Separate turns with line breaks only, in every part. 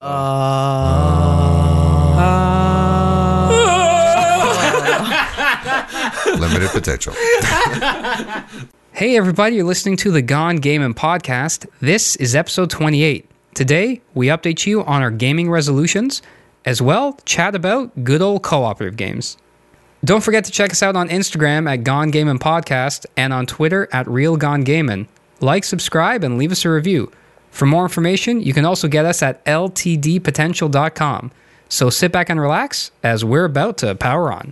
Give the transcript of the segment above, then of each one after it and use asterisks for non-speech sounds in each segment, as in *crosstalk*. Uh,
Limited potential.
Hey, everybody, you're listening to the Gone Gaming Podcast. This is episode 28. Today, we update you on our gaming resolutions, as well chat about good old cooperative games. Don't forget to check us out on Instagram at Gone Gaming Podcast and on Twitter at Real Gone Gaming. Like, subscribe, and leave us a review. For more information, you can also get us at ltdpotential.com. So sit back and relax as we're about to power on.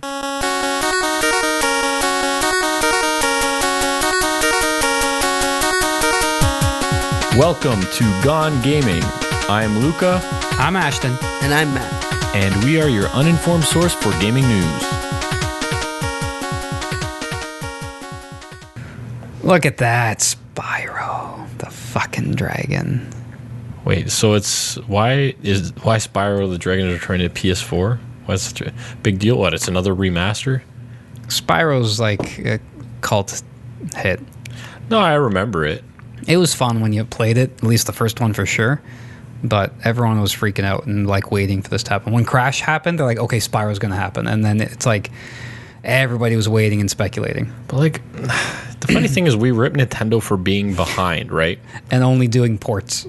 Welcome to Gone Gaming. I'm Luca,
I'm Ashton.
And I'm Matt.
and we are your uninformed source for gaming news.
Look at that, Spyro, the fucking dragon.
Wait, so it's why is why Spyro the Dragon is returning to PS4? Why is such a big deal? What? It's another remaster?
Spyro's like a cult hit.
No, I remember it.
It was fun when you played it, at least the first one for sure. But everyone was freaking out and like waiting for this to happen. When Crash happened, they're like, okay, Spyro's gonna happen. And then it's like everybody was waiting and speculating
But like, *sighs* the funny thing is, we rip Nintendo for being behind, right?
and only doing ports.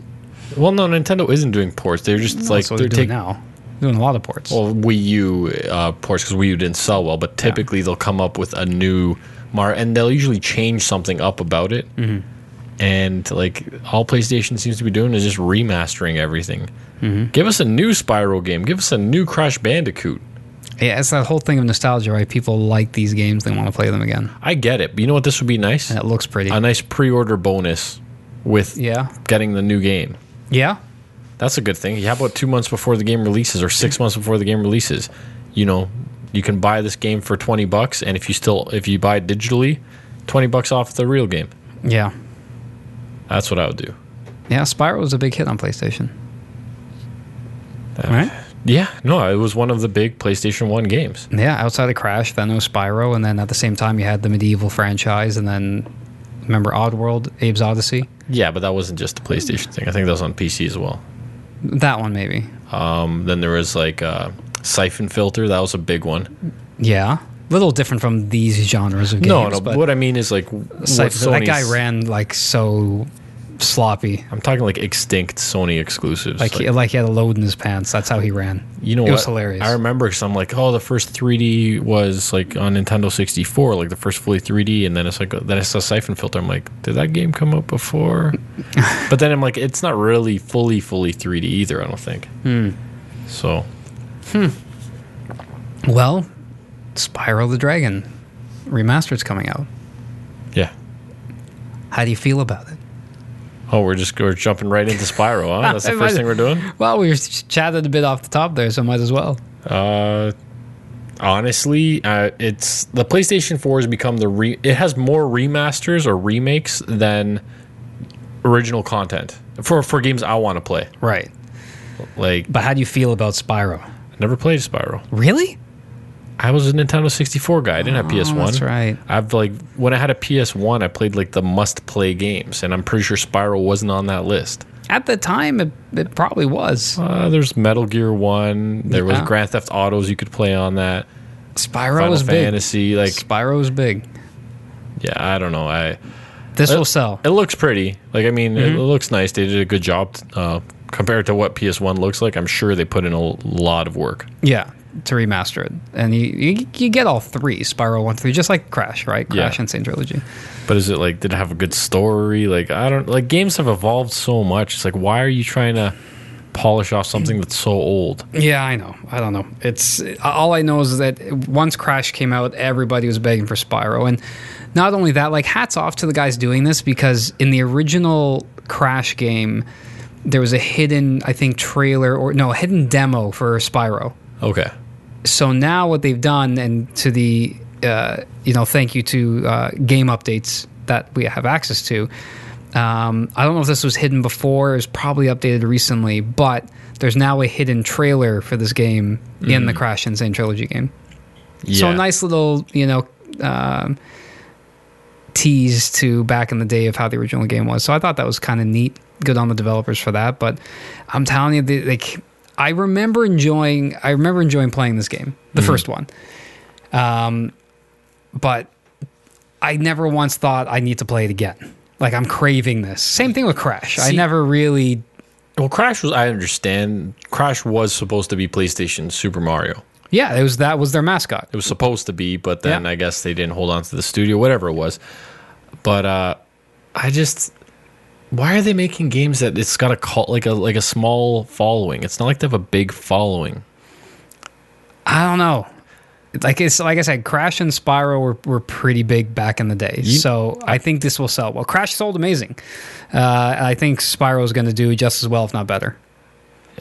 Well, no, Nintendo isn't doing ports. They're just like
That's what they're, doing
taking
now. Doing a lot of ports.
well, Wii U uh, ports because Wii U didn't sell well, but typically they'll come up with a new Mar and they'll usually change something up about it. And like all PlayStation seems to be doing is just remastering everything. Give us a new Spiral game. Give us a new Crash Bandicoot.
yeah, it's that whole thing of nostalgia, right? People like these games, they want to play them again.
I get it, but you know what? This would be nice.
And it looks pretty.
A nice pre-order bonus with
yeah.
getting the new game.
Yeah.
That's a good thing. How about two months before the game releases or six months before the game releases? You know, you can buy this game for twenty bucks, and if you still if you buy it digitally, twenty bucks off the real game.
Yeah.
That's what I would do.
Yeah, Spyro was a big hit on PlayStation. right?
Yeah, no, it was one of the big PlayStation One games.
Yeah, outside of Crash, then it was Spyro, and then at the same time you had the medieval franchise, and then remember Oddworld, Abe's Odyssey,
Yeah, but that wasn't just the PlayStation thing. I think that was on PC as well.
that one maybe.
Um, then there was like uh, Siphon Filter. That was a big one.
Yeah, little different from these genres of games.
no, no.
but
What I mean is like what
Siphon- that guy
Sony's-
ran like so sloppy,
I'm talking like extinct Sony exclusives.
like he, like he had a load in his pants. That's how he ran.
You know
it
what?
was hilarious.
I remember because I'm like, oh, the first 3D was like on Nintendo 64, like the first fully 3D, and then it's like then I saw Siphon Filter. I'm like, did that game come out before?
*laughs*
but then I'm like, it's not really fully fully 3D either. I don't think.
Hmm.
So
well, Spyro the Dragon remastered's coming out.
yeah.
How do you feel about it?
Oh, we're just we're jumping right into Spyro.
*laughs*
Huh? That's the first thing we're doing.
Well, we were chatted a bit off the top there, so might as well.
Uh, honestly, uh, it's the PlayStation 4 has become the re. It has more remasters or remakes than original content for for games I want to play.
Right.
Like
But how do you feel about Spyro?
I never played Spiral.
Really?
I was a Nintendo 64 guy. I didn't have PS1.
Oh, that's right.
I've like when I had a PS1, I played like the must play games, and I'm pretty sure Spiral wasn't on that list.
At the time, it, it probably was.
Uh, there's Metal Gear One. There was
Yeah.
Grand Theft Autos you could play on that.
Spyro
Final
was big.
Fantasy, like
Spyro was big.
yeah, I don't know. I
This
Uh,
will sell. Mm-hmm.
It looks pretty. Like I mean, it, it looks nice. They did a good job uh, compared to what PS1 looks like. I'm sure they put in a l- lot of work.
Yeah, to remaster it, and you you, you get all three Spyro one three, just like Crash, right?
Yeah.
Crash Insane Trilogy.
But is it like did it have a good story? Like I don't like games have evolved so much. It's like why are you trying to polish off something that's so old?
Yeah, I know. I don't know. It's all I know is that once Crash came out, everybody was begging for Spyro, and not only that, like hats off to the guys doing this because in the original Crash game, there was a hidden, I think, trailer or no, a hidden demo for Spyro.
Okay.
so now what they've done and to the uh, you know thank you to uh, game updates that we have access to um, i don't know if this was hidden before it was probably updated recently but there's now a hidden trailer for this game in the crash insane trilogy game
Yeah.
so a nice little you know um, tease to back in the day of how the original game was so i thought that was kind of neat good on the developers for that but i'm telling you they, like I remember enjoying. I remember enjoying playing this game, the
Mm-hmm.
first one. Um, but I never once thought I need to play it again. Like I'm craving this. Same thing with Crash. I
See-
never really.
Well, Crash was. I understand. Crash was supposed to be PlayStation Super Mario.
Yeah, it was that was their mascot.
It was supposed to be, but then
Yeah.
I guess they didn't hold on to the studio, whatever it was. But uh, I just, why are they making games that it's got a call like a like a small following? It's not like they have a big following. *sighs*
I don't know. Like it's like I said, Crash and Spyro were, were pretty big back in the day, so I think this will sell well. Crash sold amazing. Uh, I think Spyro is going to do just as well, if not better.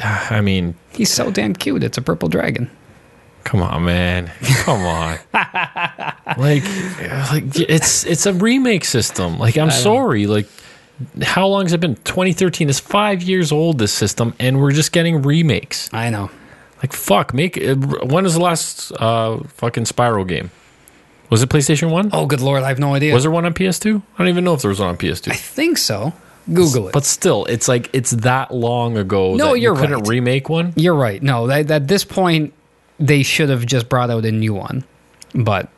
I mean,
He's so damn cute. It's a purple dragon.
come on, man, come on. *laughs* like, like it's it's a remake system. Like, I'm sorry, like. How long has it been? 2013 is five years old. This system, and we're just getting remakes.
I know.
Like fuck, make uh, when was the last uh fucking Spiral game? Was it PlayStation One?
Oh, good lord, I have no idea.
Was there one on PS2? I don't even know if there was one on PS2.
I think so. Google it.
But still, it's like it's that long ago.
No,
that you
you're
couldn't
right.
remake one.
You're right. No, that, at this point, they should have just brought out a new one. But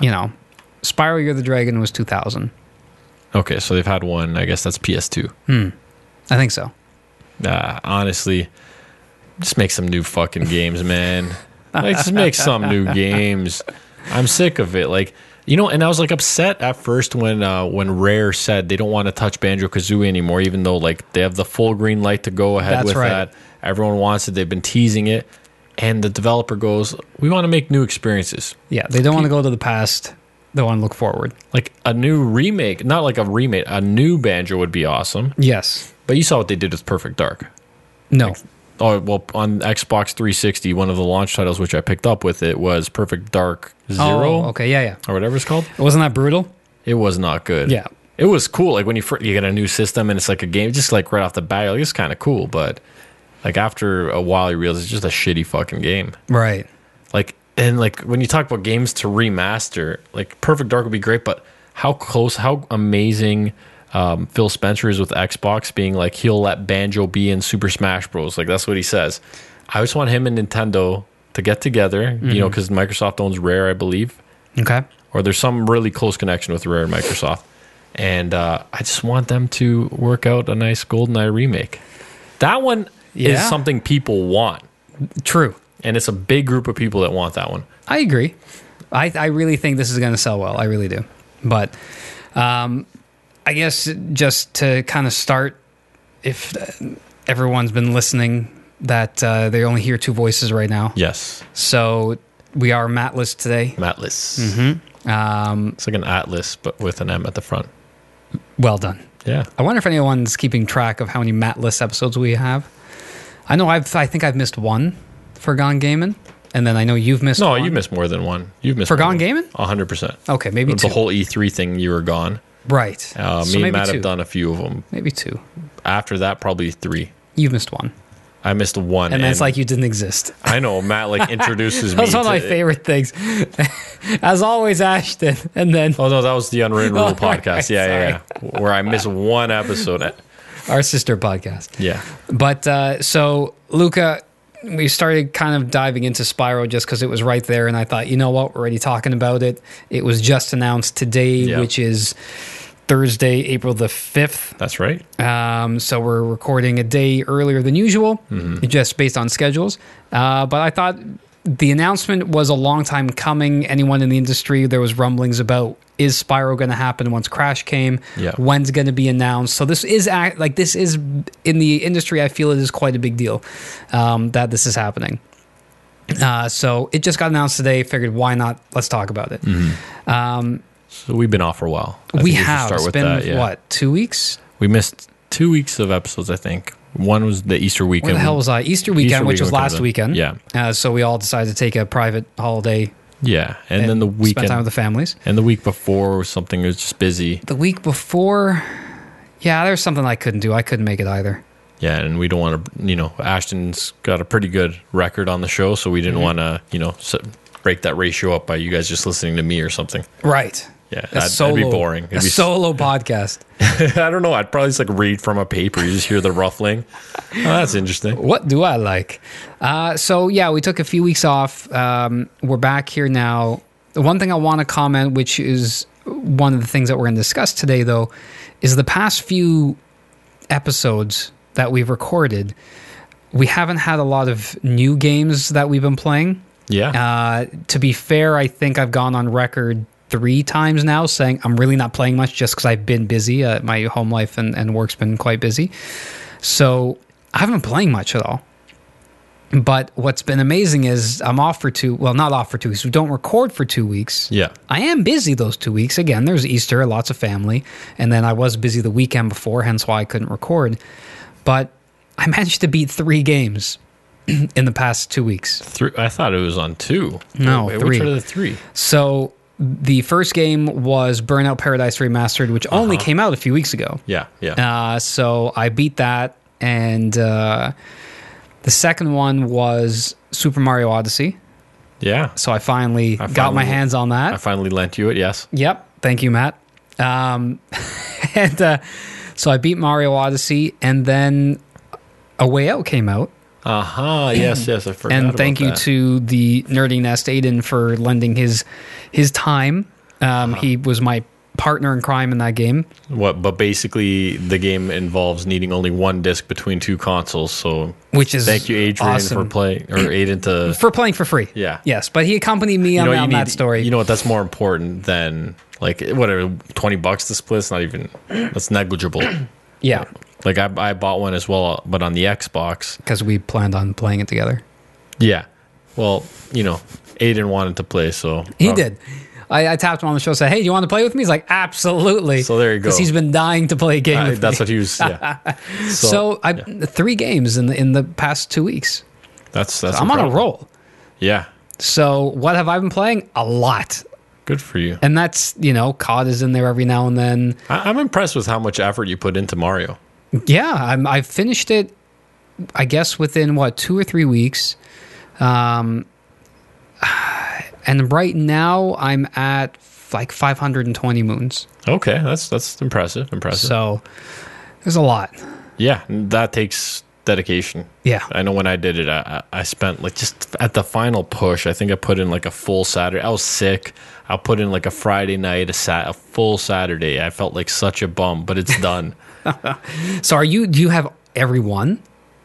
you know, Spyro Year of the Dragon was 2000.
Okay, so they've had one. I guess that's PS2.
I think so.
Uh, honestly, just make some new fucking games, man. Like, just make
*laughs*
some new games. I'm sick of it. Like, you know, and I was like upset at first when uh, when Rare said they don't want to touch Banjo Kazooie anymore, even though like they have the full green light to go ahead
That's
with
right.
that. Everyone wants it. They've been teasing it, and the developer goes, "We want to make new experiences."
Yeah, they don't want to go to the past. They want to look forward.
Like a new remake, not like a remake. A new Banjo would be awesome.
Yes.
But you saw what they did with Perfect Dark.
No.
Oh well, on Xbox 360, one of the launch titles which I picked up with it was Perfect Dark Zero
Oh, okay. Yeah, yeah.
or whatever it's called.
Wasn't that brutal?
It was not good.
Yeah.
it was cool. Like when you fir- you get a new system and it's like a game, just like right off the bat, you're like, it's kind of cool. But like after a while, you realize it's just a shitty fucking game.
Right.
Like and like when you talk about games to remaster, like Perfect Dark would be great, but how close? How amazing! Um, Phil Spencer is with Xbox being like he'll let Banjo be in Super Smash Bros. Like that's what he says. I just want him and Nintendo to get together, you know, because Microsoft owns Rare, I believe,
Okay.
or there's some really close connection with Rare and Microsoft. And uh, I just want them to work out a nice GoldenEye remake. That one
Yeah.
is something people want,
True.
and it's a big group of people that want that one.
I agree. I, I really think this is going to sell well. I really do. But um, I guess just to kind of start, if uh, everyone's been listening, that uh, they only hear two voices right now.
Yes.
So we are matless today.
Atlas.
Um,
It's like an atlas, but with an M at the front.
well done.
Yeah.
I wonder if anyone's keeping track of how many matless episodes we have. I know I've I think I've missed one for Gone Gaming, and then I know you've missed.
No,
one.
you missed more than one. You've missed
For
more
Gone
than one.
Gaming? Oh,
A hundred percent.
Okay, maybe
The
two.
whole E3 thing, you were gone.
right.
Uh,
So
me
maybe
and Matt
two.
have done a few of them.
Maybe two.
After that, probably three.
You've missed one.
I missed one,
and, then it's like you didn't exist.
I know
*laughs*
Matt like introduces me.
That's one of
to-
my favorite things. *laughs* As always, Ashton. And then
Oh no, that was the Unwritten
*laughs*
Rule
Oh, right,
podcast. Yeah, yeah, yeah. Where I miss
*laughs*
one episode.
our sister podcast.
Yeah.
But uh, so, Luca, we started kind of diving into Spyro just because it was right there. And I thought, you know what? We're already talking about it. It was just announced today,
Yeah.
which is Thursday, April the 5th.
That's right.
Um, so we're recording a day earlier than usual,
Mm-hmm.
just based on schedules. Uh, but I thought the announcement was a long time coming. Anyone in the industry, there was rumblings about is Spyro going to happen once Crash came?
Yeah.
When's going to be announced? So this is act- like this is in the industry. I feel it is quite a big deal um, that this is happening. Uh, so it just got announced today. Figured why not? Let's talk about it.
So we've been off for a while. Mm-hmm. I think
we
should
have it's been
yeah.
what two weeks?
We missed two weeks of episodes. I think one was the Easter weekend.
Where the hell was I? Easter weekend,
Easter
which was
weekend
last
was
weekend.
it?
Uh, so we all decided to take a private holiday
Yeah, and, then the
spend
weekend
time with the families.
and the week before was something that was just busy.
The week before, yeah, there was something I couldn't do. I couldn't make it either.
Yeah, and we don't want to, you know, Ashton's got a pretty good record on the show,
Mm-hmm.
so we didn't want to, you know, s break that ratio up by you guys just listening to me or something.
Right.
Yeah,
A
that'd,
solo,
that'd be boring. It'd
a
be s-
solo podcast.
*laughs* I don't know. I'd probably just like read from a paper. You just hear
*laughs*
the ruffling. Oh, that's interesting.
What do I like? Uh, so yeah, we took a few weeks off. Um, we're back here now. The one thing I want to comment, which is one of the things that we're going to discuss today, though, is the past few episodes that we've recorded. We haven't had a lot of new games that we've been playing.
Yeah.
Uh, to be fair, I think I've gone on record three times now saying I'm really not playing much just because I've been busy. Uh, my home life and, and work's been quite busy. So I haven't been playing much at all. But what's been amazing is I'm off for two, well, not off for two weeks. We don't record for two weeks.
yeah.
I am busy those two weeks. Again, there's Easter, lots of family, and then I was busy the weekend before, hence why I couldn't record. But I managed to beat three games *clears throat* in the past two weeks.
Three, I thought it was on two.
No,
Wait,
three. Uh,
Which are the three?
So the first game was Burnout Paradise Remastered, which only
Uh-huh.
came out a few weeks ago.
Yeah. Yeah.
Uh, so I beat that, and uh, the second one was Super Mario Odyssey.
yeah.
So I finally, got
finally-
my hands on that.
I finally lent you it. Yes.
Yep. Thank you, Matt. Um, *laughs* and uh, so I beat Mario Odyssey, and then A Way Out came out.
Uh huh. Yes. Yes. I forgot.
and
about
thank you
that.
to the Nerdy Nest Aiden for lending his his time. Um,
Uh-huh.
He was my partner in crime in that game.
What? But basically, the game involves needing only one disc between two consoles. So
Which is
thank you, Adrian, for
awesome.
playing
*clears throat*
or Aiden to.
for playing for free.
Yeah.
Yes, but he accompanied me on, on that story.
You know what? That's more important than like whatever twenty bucks to split. It's not even.
*clears throat*
That's negligible.
yeah,
like I, I bought one as well, but on the Xbox.
because we planned on playing it together.
Yeah. Well, you know, Aiden wanted to play, so
He did. I, I tapped him on the shoulder, said, "Hey, do you want to play with me?" He's like, "Absolutely."
So there you go.
Because he's been dying to play a game.
I-
with
that's
me.
what he was. Yeah.
*laughs*
So,
so I three games in the in the past two weeks.
that's that's.
I'm on a
incredible.
roll.
Yeah.
So what have I been playing? A lot,
Good for you.
and that's you know, COD is in there every now and then.
I, I'm impressed with how much effort you put into Mario.
Yeah, I'm, I finished it. I guess within what two or three weeks. Um, *sighs* and right now I'm at like 520 moons.
Okay, that's that's impressive. Impressive.
So there's a lot.
yeah, that takes dedication.
Yeah.
I know when I did it, I, I I spent like just at the final push. I think I put in like a full Saturday. I was sick. I put in like a Friday night, a, sat, a full Saturday. I felt like such a bum, but
*laughs*
it's done.
So are you? Do you have every one?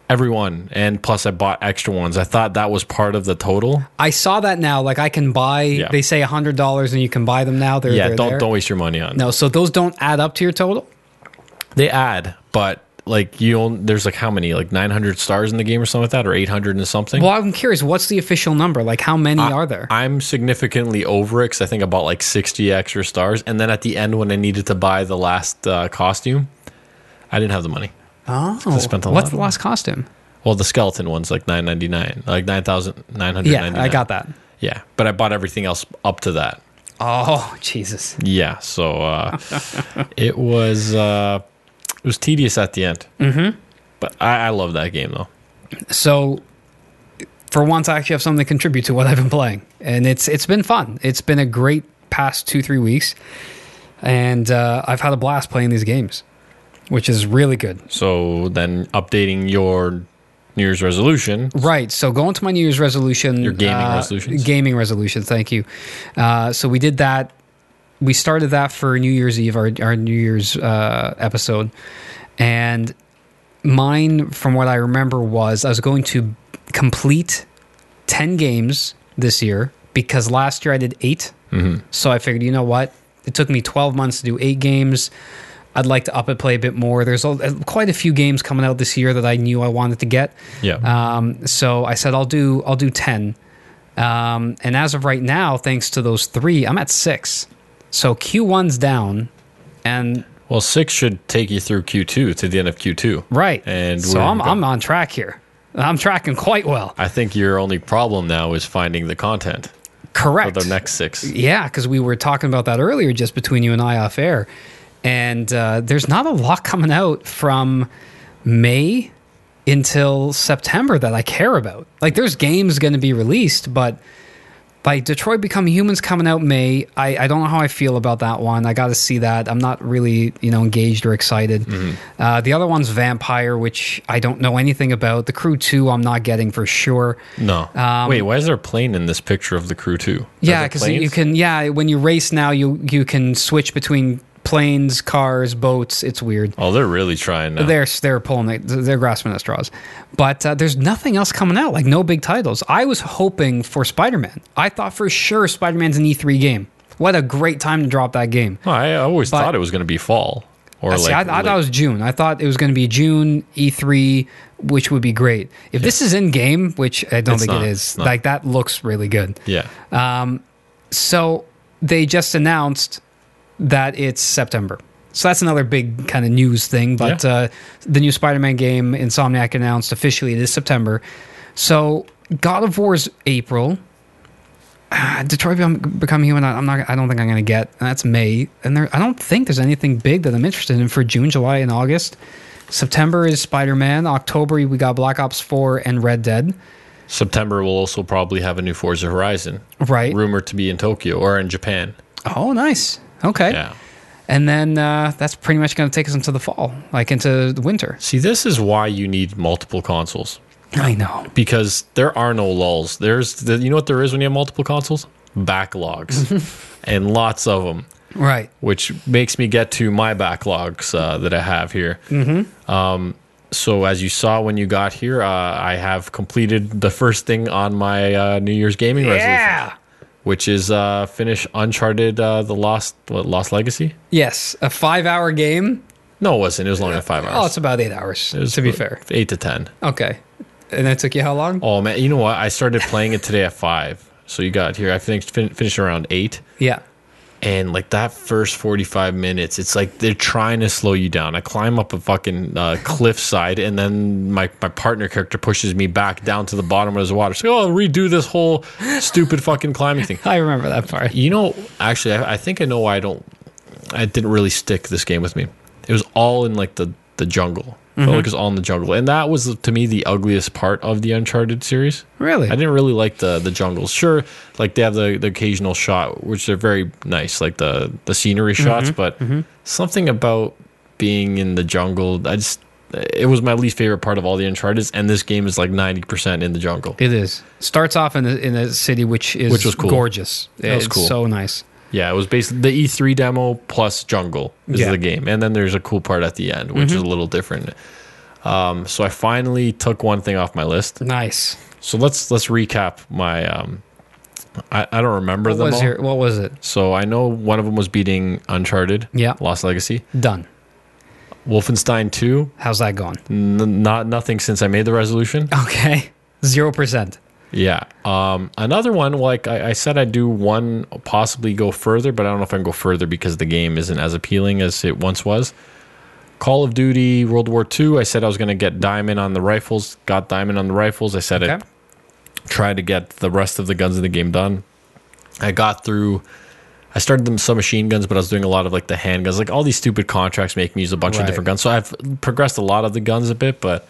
Everyone, and plus I bought extra ones. I thought that was part of the total.
I saw that now. Like I can buy. They say hundred dollars, and you can buy them now. They're
yeah,
they're
don't
there.
don't waste your money on. it.
No, so those don't add up to your total.
They add, but like you own. There's like how many? Like 900 stars in the game or something like that, or 800 and something.
Well, I'm curious. What's the official number? Like how many are there?
I'm significantly over it because I think I bought like 60 extra stars. And then at the end, when I needed to buy the last uh, costume, I didn't have the money.
oh,
spent a lot
what's
of
the last costume?
Well, the skeleton one's like 999, like 9,999.
Yeah, I got that.
Yeah, but I bought everything else up to that.
Oh Jesus.
Yeah, so uh, *laughs* it was uh, it was tedious at the end. Mm-hmm. But I, I love that game though.
So for once, I actually have something to contribute to what I've been playing, and it's it's been fun. It's been a great past two three weeks, and uh, I've had a blast playing these games, which is really good.
So then updating your New Year's
*laughs*
resolution.
Right. So going to my New Year's resolution.
Your gaming
uh,
resolutions?
Gaming resolution. Thank you. Uh, so we did that. We started that for New Year's Eve, our, our New Year's uh, episode. And mine, from what I remember, was I was going to complete 10 games this year because last year I did 8
Mm-hmm.
So I figured, you know what? It took me 12 months to do eight games. I'd like to up it, play a bit more. There's a, quite a few games coming out this year that I knew I wanted to get.
Yeah.
Um, so I said I'll do I'll do ten. Um, and as of right now, thanks to those three, I'm at six. So Q1's down, and
well, six should take you through Q2 to the end of Q2.
right.
And
so
we're
I'm
go-
I'm on track here. I'm tracking quite well.
I think your only problem now is finding the content for
Correct.
the next six.
Yeah, because we were talking about that earlier, just between you and I off air. And uh, there's not a lot coming out from May until September that I care about. Like, there's games going to be released, but Like Detroit Become Humans coming out May. I, I don't know how I feel about that one. I got to see that. I'm not really you know engaged or excited. Uh, the other one's Vampire, which I don't know anything about. The Crew Two, I'm not getting for sure.
No. Wait, why is there a plane in this picture of the crew too? Are
Um, Yeah,
there
because you
planes?
can. Yeah, when you race now, you you can switch between planes, cars, boats. It's weird.
Oh, they're really trying now.
They're they're pulling it- they're grasping at straws, but uh, there's nothing else coming out. Like no big titles. I was hoping for Spider Man. I thought for sure Spider Man's an E3 game. What a great time to drop that game.
Oh, I I always
But- Uh,
thought it was going to be fall or
See,
like.
I, I thought it was June. I thought it was going to be June E3, which would be great. If this is in game, which I don't
It's
think
not.
it
It's
is,
not.
like that looks really good.
yeah.
So they just announced that it's September. So that's another big kind of news thing. But
Yeah.
uh, the new Spider Man game, Insomniac announced officially it is September. So God of War's April. Ah, Detroit Become Become Human. I- I'm not. I don't think I'm going to get. And that's May, and there. I don't think there's anything big that I'm interested in for June, July, and August. September is Spider Man. October we got Black Ops Four and Red Dead.
September will also probably have a new Forza Horizon,
Right.
rumored to be in Tokyo or in Japan.
Oh, nice. Okay.
Yeah.
and then uh, that's pretty much going to take us into the fall, like into the winter.
See, this is why you need multiple consoles
I know.
because there are no lulls. There's the, you know what there is when you have multiple consoles?
*laughs*
Backlogs and lots of them,
Right.
which makes me get to my backlogs uh, that I have here. Mm-hmm. Um, so as you saw when you got here, uh, I have completed the first thing on my uh, New Year's gaming resolution.
Yeah.
which is uh, finish Uncharted: uh, The Lost what, Lost Legacy.
Yes. A five hour game.
No, it wasn't. It was longer than five
Oh,
hours.
it's about eight hours,
It was
to be
about
fair.
eight to ten.
Okay. And that took you how long?
Oh man, you know what? I started playing it today at five, so you got here. I finished fin- finished around eight,
Yeah.
and like that first forty five minutes, it's like they're trying to slow you down. I climb up a fucking uh, cliffside, and then my my partner character pushes me back down to the bottom of the water. So oh, redo this whole stupid fucking climbing thing.
I remember that part.
You know, actually, I, I think I know why I don't. I didn't really stick this game with me. It was all in like the the jungle. Felt like it was all in the jungle, and that was to me the ugliest part of the Uncharted series.
Really?
I didn't really like the the jungles. Sure, like they have the, the occasional shot, which are very nice, like the the scenery
Mm-hmm,
shots. But something about being in the jungle, I just it was my least favorite part of all the Uncharted. And this game is like ninety percent in the jungle.
It is. Starts off in a, in a city which is
Which was cool.
gorgeous.
That was
it's
cool.
so nice.
Yeah, it was basically the E3 demo plus jungle is
Yeah. Mm-hmm.
the game, and then there's a cool part at the end, which is a little different. Um, so I finally took one thing off my list.
Nice.
So let's let's recap my. Um, I, I don't remember
What
them
was,
all.
your, what was it?
So I know one of them was beating Uncharted.
Yeah.
Lost Legacy,
Done.
Wolfenstein 2.
How's that going?
N- not nothing since I made the resolution.
Okay. *laughs* Zero percent.
Yeah. Um, another one, like I, I said, I do one possibly go further, but I don't know if I can go further because the game isn't as appealing as it once was. Call of Duty World War II. I said I was going to get diamond on the rifles. Got diamond on the rifles. I said
Okay.
I tried to get the rest of the guns in the game done. I got through. I started them submachine guns, but I was doing a lot of like the handguns. Like all these stupid contracts make me use a bunch
Right.
of different guns. So I've progressed a lot of the guns a bit, but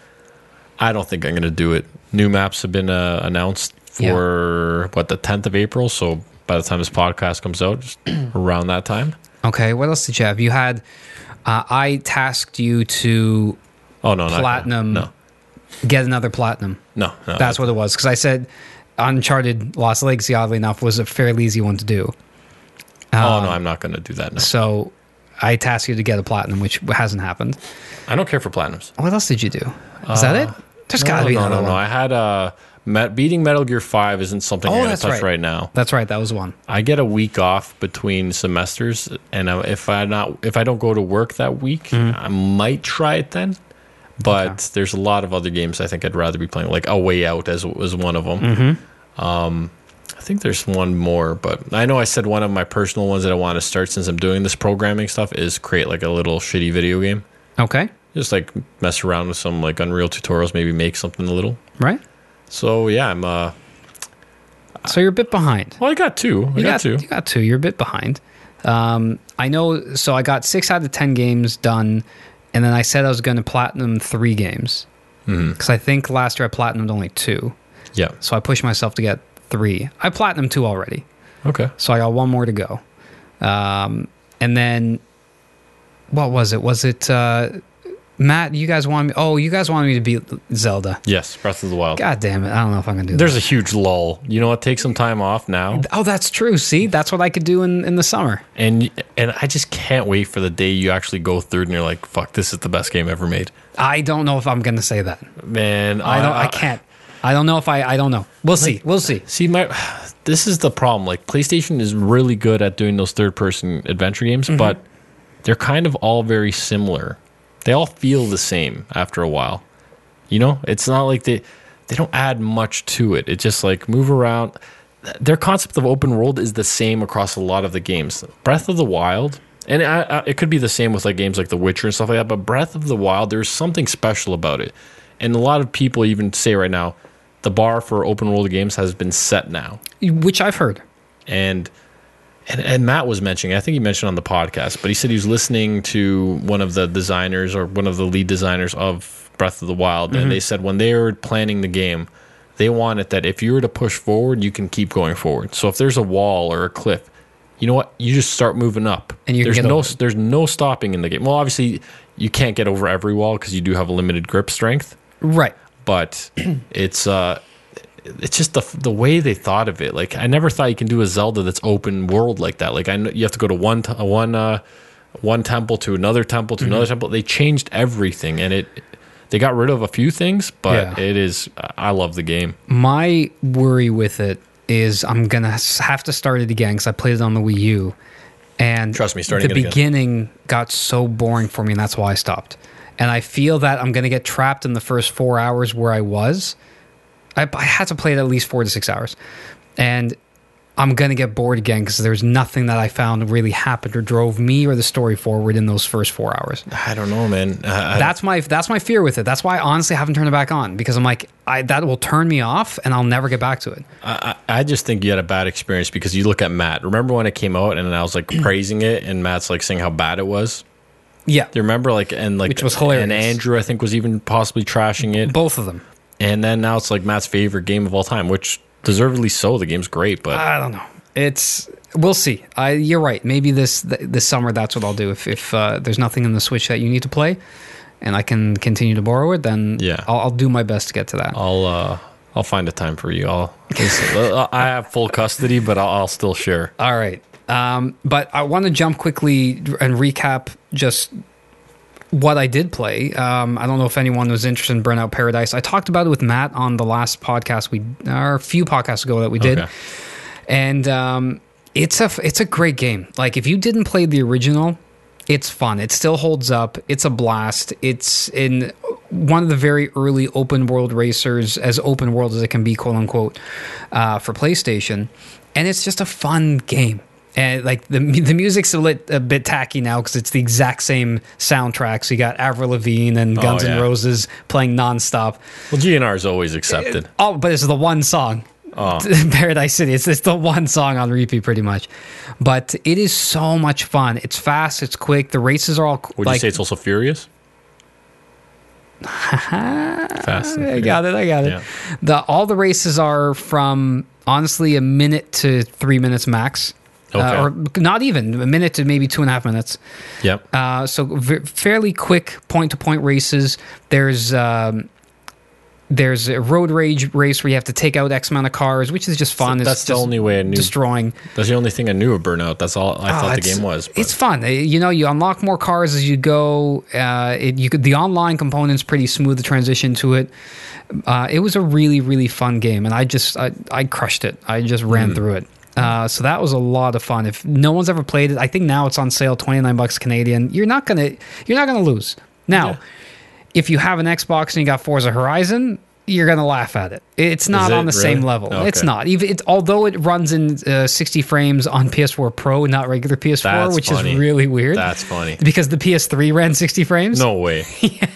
I don't think I'm going to do it. New maps have been uh, announced
Yeah.
for what the 10th of April. So by the time this podcast comes out,
*clears throat*
just around that time.
Okay. What else did you have? You had. Uh, I tasked you to
Oh no, not-
Platinum.
No,
get another platinum.
no, no.
That's what it was. Because I said Uncharted Lost Legacy, oddly enough, was a fairly easy one to do.
oh no, I'm not going to do that. No.
So I tasked you to get a platinum, which hasn't happened.
I don't care for platinums.
What else did you do? Is that it? There's got to
Uh, no,
be
no,
another
no, no.
one.
I had uh, met, beating Metal Gear Five isn't something
Oh,
I'm going to
that's
touch
right.
right now.
That's right. That was one.
I get a week off between semesters, and I- if I not if I don't go to work that week,
Mm-hmm.
I might try it then. But there's a lot of other games I think I'd rather be playing, like A Way Out as was one of them. Um,
Mm-hmm.
I think there's one more, but I know I said one of my personal ones that I want to start since I'm doing this programming stuff is create like a little shitty video game,
Okay.
just like mess around with some like Unreal tutorials, maybe make something a little.
Right.
So yeah, I'm. uh
So you're a bit behind.
Well, I got two. I
You
got, two.
You got two. You're a bit behind. Um, I know. So I got six out of ten games done, and then I said I was going to platinum three
Mm-hmm.
games because I think last year I platinumed only two.
Yeah.
So I pushed myself to get three. I platinum two already,
Okay.
so I got one more to go. Um, and then, what was it? Was it uh, Matt? You guys wanted me? Oh, you guys wanted me to beat Zelda.
Yes, Breath of the Wild.
God damn it! I don't know if I'm gonna do
There's a huge lull. You know what? Take some time off now,
that. Oh, that's true. See, that's what I could do in, in the summer.
and and I just can't wait for the day you actually go through it and you're like, "Fuck, this is the best game ever made."
I don't know if I'm gonna say that.
Man,
I don't. I can't. I don't know if I. I don't know. We'll see. We'll see.
See, my *sighs* this is the problem. Like PlayStation is really good at doing those third-person adventure games,
Mm-hmm.
but they're kind of all very similar. They all feel the same after a while. You know, it's not like they they don't add much to it. It's just like move around. Their concept of open world is the same across a lot of the games. Breath of the Wild, and I, I, it could be the same with like games like The Witcher and stuff like that. But Breath of the Wild, there's something special about it, and a lot of people even say right now, the bar for open world games has been set now
Which I've heard.
and and, and Matt was mentioning, I think he mentioned on the podcast, but he said he was listening to one of the designers or one of the lead designers of Breath of the Wild,
Mm-hmm.
and they said when they were planning the game, they wanted that if you were to push forward, you can keep going forward. So if there's a wall or a cliff, you know what? You just start moving up,
And you can
there's
get
no
over it.
there's no stopping in the game. Well, obviously you can't get over every wall because you do have a limited grip strength,
Right.
but it's uh it's just the the way they thought of it. Like I never thought you can do a Zelda that's open world like that. Like I know you have to go to one t- one uh one temple to another temple to another
Mm-hmm.
temple. They changed everything and it they got rid of a few things, but
Yeah.
it is I love the game.
My worry with it is I'm gonna s- have to start it again because I played it on the Wii U, and
Trust me, starting
the
it again.
beginning got so boring for me, and that's why I stopped. And I feel that I'm gonna get trapped in the first four hours where I was. I, I had to play it at least four to six hours, and I'm gonna get bored again because there's nothing that I found really happened or drove me or the story forward in those first four hours
I don't know, man. I,
that's my that's my fear with it. That's why I honestly haven't turned it back on because I'm like I that will turn me off and I'll never get back to it.
I, I just think you had a bad experience because you look at Matt. Remember when it came out and I was
Mm.
like praising it and Matt's like saying how bad it was?
Yeah,
Do you remember like and like
Which was hilarious.
and Andrew I think was even possibly trashing it.
both of them.
and then now it's like Matt's favorite game of all time, which deservedly so. The game's great, but
I don't know. It's we'll see. I you're right. Maybe this th- this summer that's what I'll do. If if uh, there's nothing in the Switch that you need to play, and I can continue to borrow it, then
Yeah.
I'll, I'll do my best to get to that.
I'll uh, I'll find a time for you. I'll *laughs* I have full custody, but I'll, I'll still share.
All right. Um, but I want to jump quickly and recap just what I did play. Um, I don't know if anyone was interested in Burnout Paradise. I talked about it with Matt on the last podcast we, or a few podcasts ago that we did,
Okay.
and um, it's a it's a great game. Like if you didn't play the original, it's fun. It still holds up. It's a blast. It's in one of the very early open world racers, as open world as it can be, quote unquote, uh, for PlayStation, and it's just a fun game. And like the *laughs* mu- the music's a, lit, a bit tacky now because it's the exact same soundtrack. So you got Avril Lavigne and Guns N'
yeah.
Roses playing nonstop.
Well, GNR is always accepted.
Oh, but it's the one song.
Oh.
*laughs* Paradise City. It's, it's the one song on repeat, pretty much. But it is so much fun. It's fast. It's quick. The races are all
Would
like.
you say it's also furious? Fast.
*laughs*
and
I
Furious.
got it. I got it.
Yeah.
The all the races are from honestly a minute to three minutes max, Uh,
Okay.
or not even a minute to maybe two and a half minutes.
Yep.
Uh, so v- fairly quick point to point races. There's um, there's a road rage race where you have to take out X amount of cars, which is just fun.
that's
it's
the
just
only way I knew.
destroying.
that's the only thing I knew of Burnout. That's all I
Oh,
thought the
it's-
game was. but-
It's fun. Uh, You know, you unlock more cars as you go. Uh, it, you could, the online component's pretty smooth. The transition to it, uh, it was a really really fun game, and I just I, I crushed it. I just
Hmm.
ran through it. Uh, so that was a lot of fun. If no one's ever played it, I think now it's on sale twenty nine bucks Canadian. You're not gonna you're not gonna lose. Now, if you have an Xbox and you got Forza Horizon. You're gonna laugh at it. It's not
it
on the
really?
same level.
Okay.
It's not. Even it, although it runs in uh, 60 frames on PS4 Pro, not regular PS4,
That's
which
funny.
is really weird.
That's funny.
because the PS3 ran 60 frames. *laughs*
No way.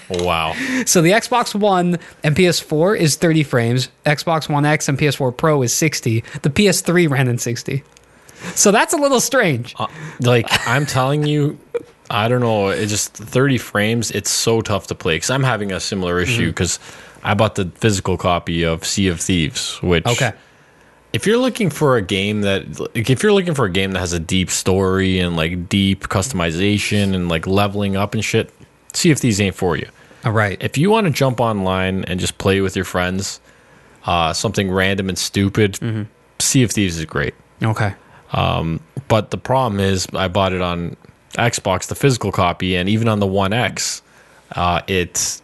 Wow.
So the Xbox One and PS4 is 30 frames. Xbox One X and PS4 Pro is 60. The PS3 ran in 60. So that's a little strange.
Uh, like I'm telling you, I don't know. It just 30 frames. It's so tough to play because I'm having a similar issue because I bought the physical copy of Sea of Thieves, which
Okay.
if you're looking for a game that like, if you're looking for a game that has a deep story and like deep customization and like leveling up and shit, see if these ain't for you.
All right.
If you want to jump online and just play with your friends, uh, something random and stupid, Sea of Thieves is great.
Okay.
But the problem is, I bought it on Xbox, the physical copy, and even on the One X, uh, it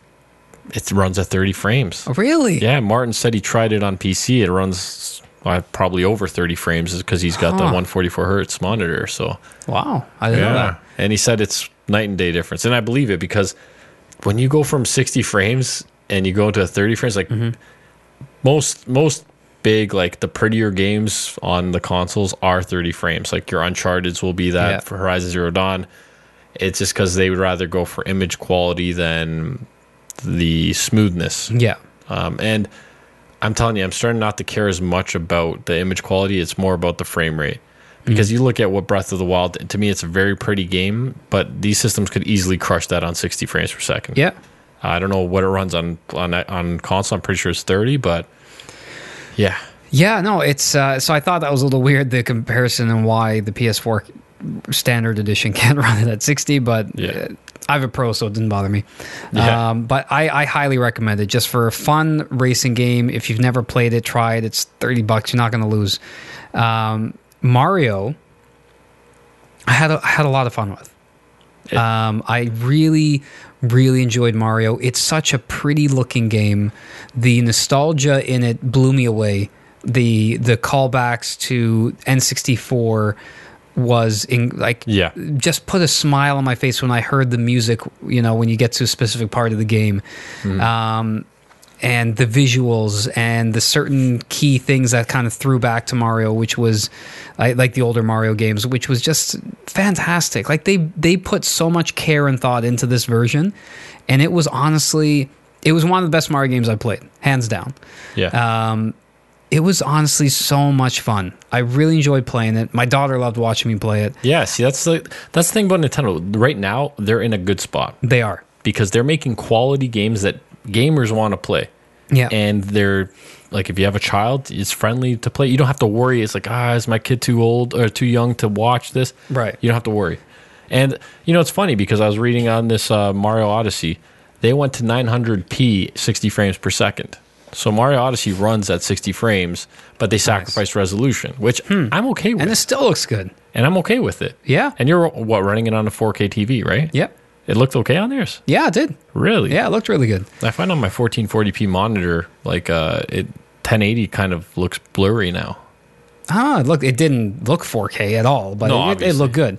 it runs at 30 frames.
Really?
Yeah, Martin said he tried it on PC. It runs uh, probably over 30 frames because he's got the
Huh.
144 hertz monitor. So
Wow. I didn't know that.
and he said it's night and day difference, and I believe it because when you go from 60 frames and you go to 30 frames, like
Mm-hmm.
most most big like the prettier games on the consoles are 30 frames. Like your Uncharted's will be that
Yeah.
for Horizon Zero Dawn. It's just because they would rather go for image quality than the smoothness.
Yeah.
Um, and I'm telling you, I'm starting not to care as much about the image quality. It's more about the frame rate. Because you look at what Breath of the Wild, to me, it's a very pretty game, but these systems could easily crush that on 60 frames per second.
Yeah.
I don't know what it runs on on, on console. I'm pretty sure it's 30, but yeah.
Yeah, no, it's uh, so I thought that was a little weird the comparison and why the PS4 standard edition *laughs* can't run it at 60, but
Yeah.
uh, I have a pro, so it didn't bother me.
Yeah.
Um, but I, I highly recommend it just for a fun racing game. If you've never played it, try it. It's 30 bucks, you're not going to lose. Um, Mario, I had, a, I had a lot of fun with. Um, I really, really enjoyed Mario. It's such a pretty looking game. The nostalgia in it blew me away. The the callbacks to N64 was in like
Yeah.
just put a smile on my face when I heard the music. You know, when you get to a specific part of the game, um, and the visuals and the certain key things that kind of threw back to Mario, which was I, like the older Mario games, which was just fantastic. Like they they put so much care and thought into this version, and it was honestly it was one of the best Mario games I played, hands down
Yeah.
it was honestly so much fun. I really enjoyed playing it. My daughter loved watching me play it.
yeah. See, that's the, that's the thing about Nintendo. Right now, they're in a good spot
They are.
because they're making quality games that gamers want to play.
Yeah.
and they're like if you have a child it's friendly to play you don't have to worry it's like ah is my kid too old or too young to watch this
Right.
you don't have to worry and you know it's funny because i was reading on this uh, mario odyssey they went to 900p 60 frames per second so mario odyssey runs at 60 frames but they sacrificed resolution which i'm okay with
Hmm. and it still looks good.
and i'm okay with it
Yeah.
and you're what running it on a 4k tv right
Yep.
it looked okay on yours
Yeah, it did.
really
Yeah, it looked really good.
I find on my 1440p monitor, like uh, it 1080 kind of looks blurry now.
Ah, look, it didn't look 4K at all, but
No,
it, it
obviously.
looked good.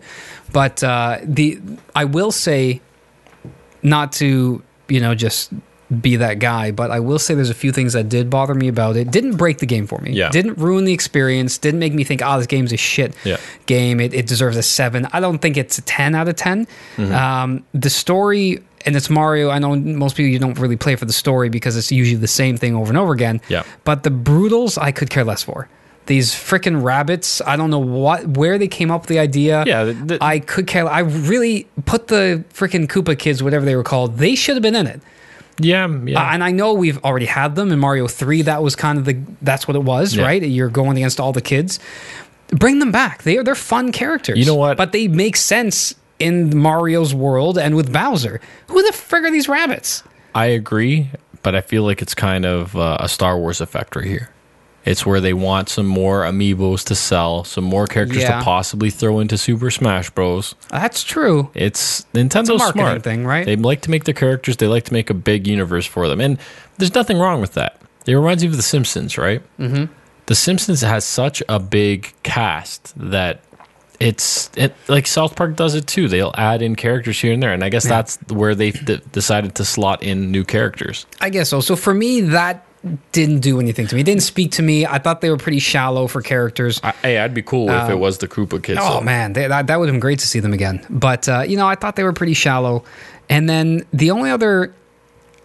But uh, the I will say, not to you know just be that guy, but I will say there's a few things that did bother me about it. Didn't break the game for me.
Yeah.
Didn't ruin the experience. Didn't make me think, oh, this game's a shit
Yeah.
game. It, it deserves a seven. I don't think it's a ten out of 10
Mm-hmm.
Um, the story. And it's Mario. I know most people you don't really play for the story because it's usually the same thing over and over again.
Yeah.
But the brutals, I could care less for. These freaking rabbits. I don't know what where they came up with the idea.
Yeah, the- the-
I could care. I really put the freaking Koopa kids, whatever they were called. They should have been in it.
Yeah, yeah.
Uh, and I know we've already had them in Mario Three. That was kind of the that's what it was,
Yeah.
right? You're going against all the kids. Bring them back. They are they're fun characters.
You know what?
But they make sense in Mario's world and with Bowser. Who the frig are these rabbits?
I agree, but I feel like it's kind of uh, a Star Wars effect right here. It's where they want some more amiibos to sell, some more characters
Yeah.
to possibly throw into Super Smash Bros.
That's true.
It's Nintendo's
marketing
smart
thing, right?
They like to make their characters. They like to make a big universe for them, and there's nothing wrong with that. It reminds me of The Simpsons, right? Mm-hmm. The Simpsons has such a big cast that it's it like South Park does it too. They'll add in characters here and there, and I guess that's where they d- decided to slot in new characters.
I guess so. So for me, that didn't do anything to me. It didn't speak to me. I thought they were pretty shallow for characters.
I, hey, I'd be cool if it was the Koopa kids.
Oh
though.
man, they, that, that would have been great to see them again. But uh, you know, I thought they were pretty shallow. And then the only other,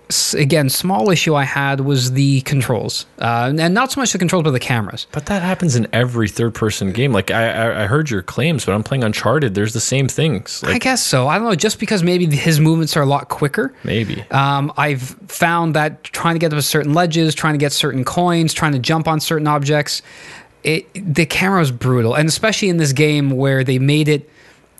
s- again, small issue I had was the controls, uh, and not so much the controls, but the cameras.
But that happens in every third-person game. Like I, I, I heard your claims, but I'm playing Uncharted. There's the same things.
I
Like
guess so. I don't know, just because maybe his movements are a lot quicker.
maybe.
Um, I've found that trying to get up to certain ledges, trying to get certain coins, trying to jump on certain objects, it the camera's brutal, and especially in this game where they made it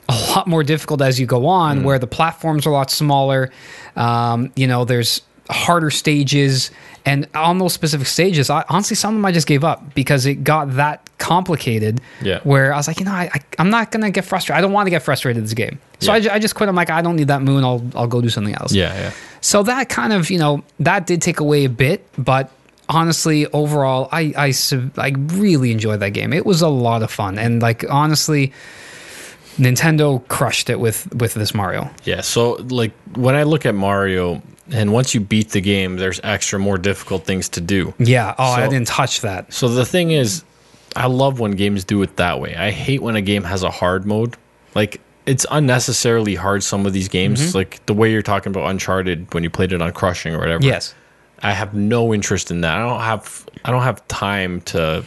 a lot more difficult as you go on,
Mm.
where the platforms are a lot smaller. Um, you know, there's harder stages, and on those specific stages, I, honestly, some of them I just gave up because it got that complicated.
Yeah.
Where I was like, you know, I, I I'm not gonna get frustrated. I don't want to get frustrated in this game, so I, ju- I just quit. I'm like, I don't need that moon. I'll I'll go do something else.
Yeah, yeah.
So that kind of, you know, that did take away a bit, but honestly, overall, I I sub- I really enjoyed that game. It was a lot of fun, and like honestly, Nintendo crushed it with with this Mario.
Yeah, so like when I look at Mario, and once you beat the game, there's extra more difficult things to do.
Yeah. Oh, I
So-
didn't touch that.
So the thing is, I love when games do it that way. I hate when a game has a hard mode. Like it's unnecessarily hard. Some of these games, like the way you're talking about Uncharted when you played it on Crushing or whatever.
Yes.
I have no interest in that. I don't have I don't have time to.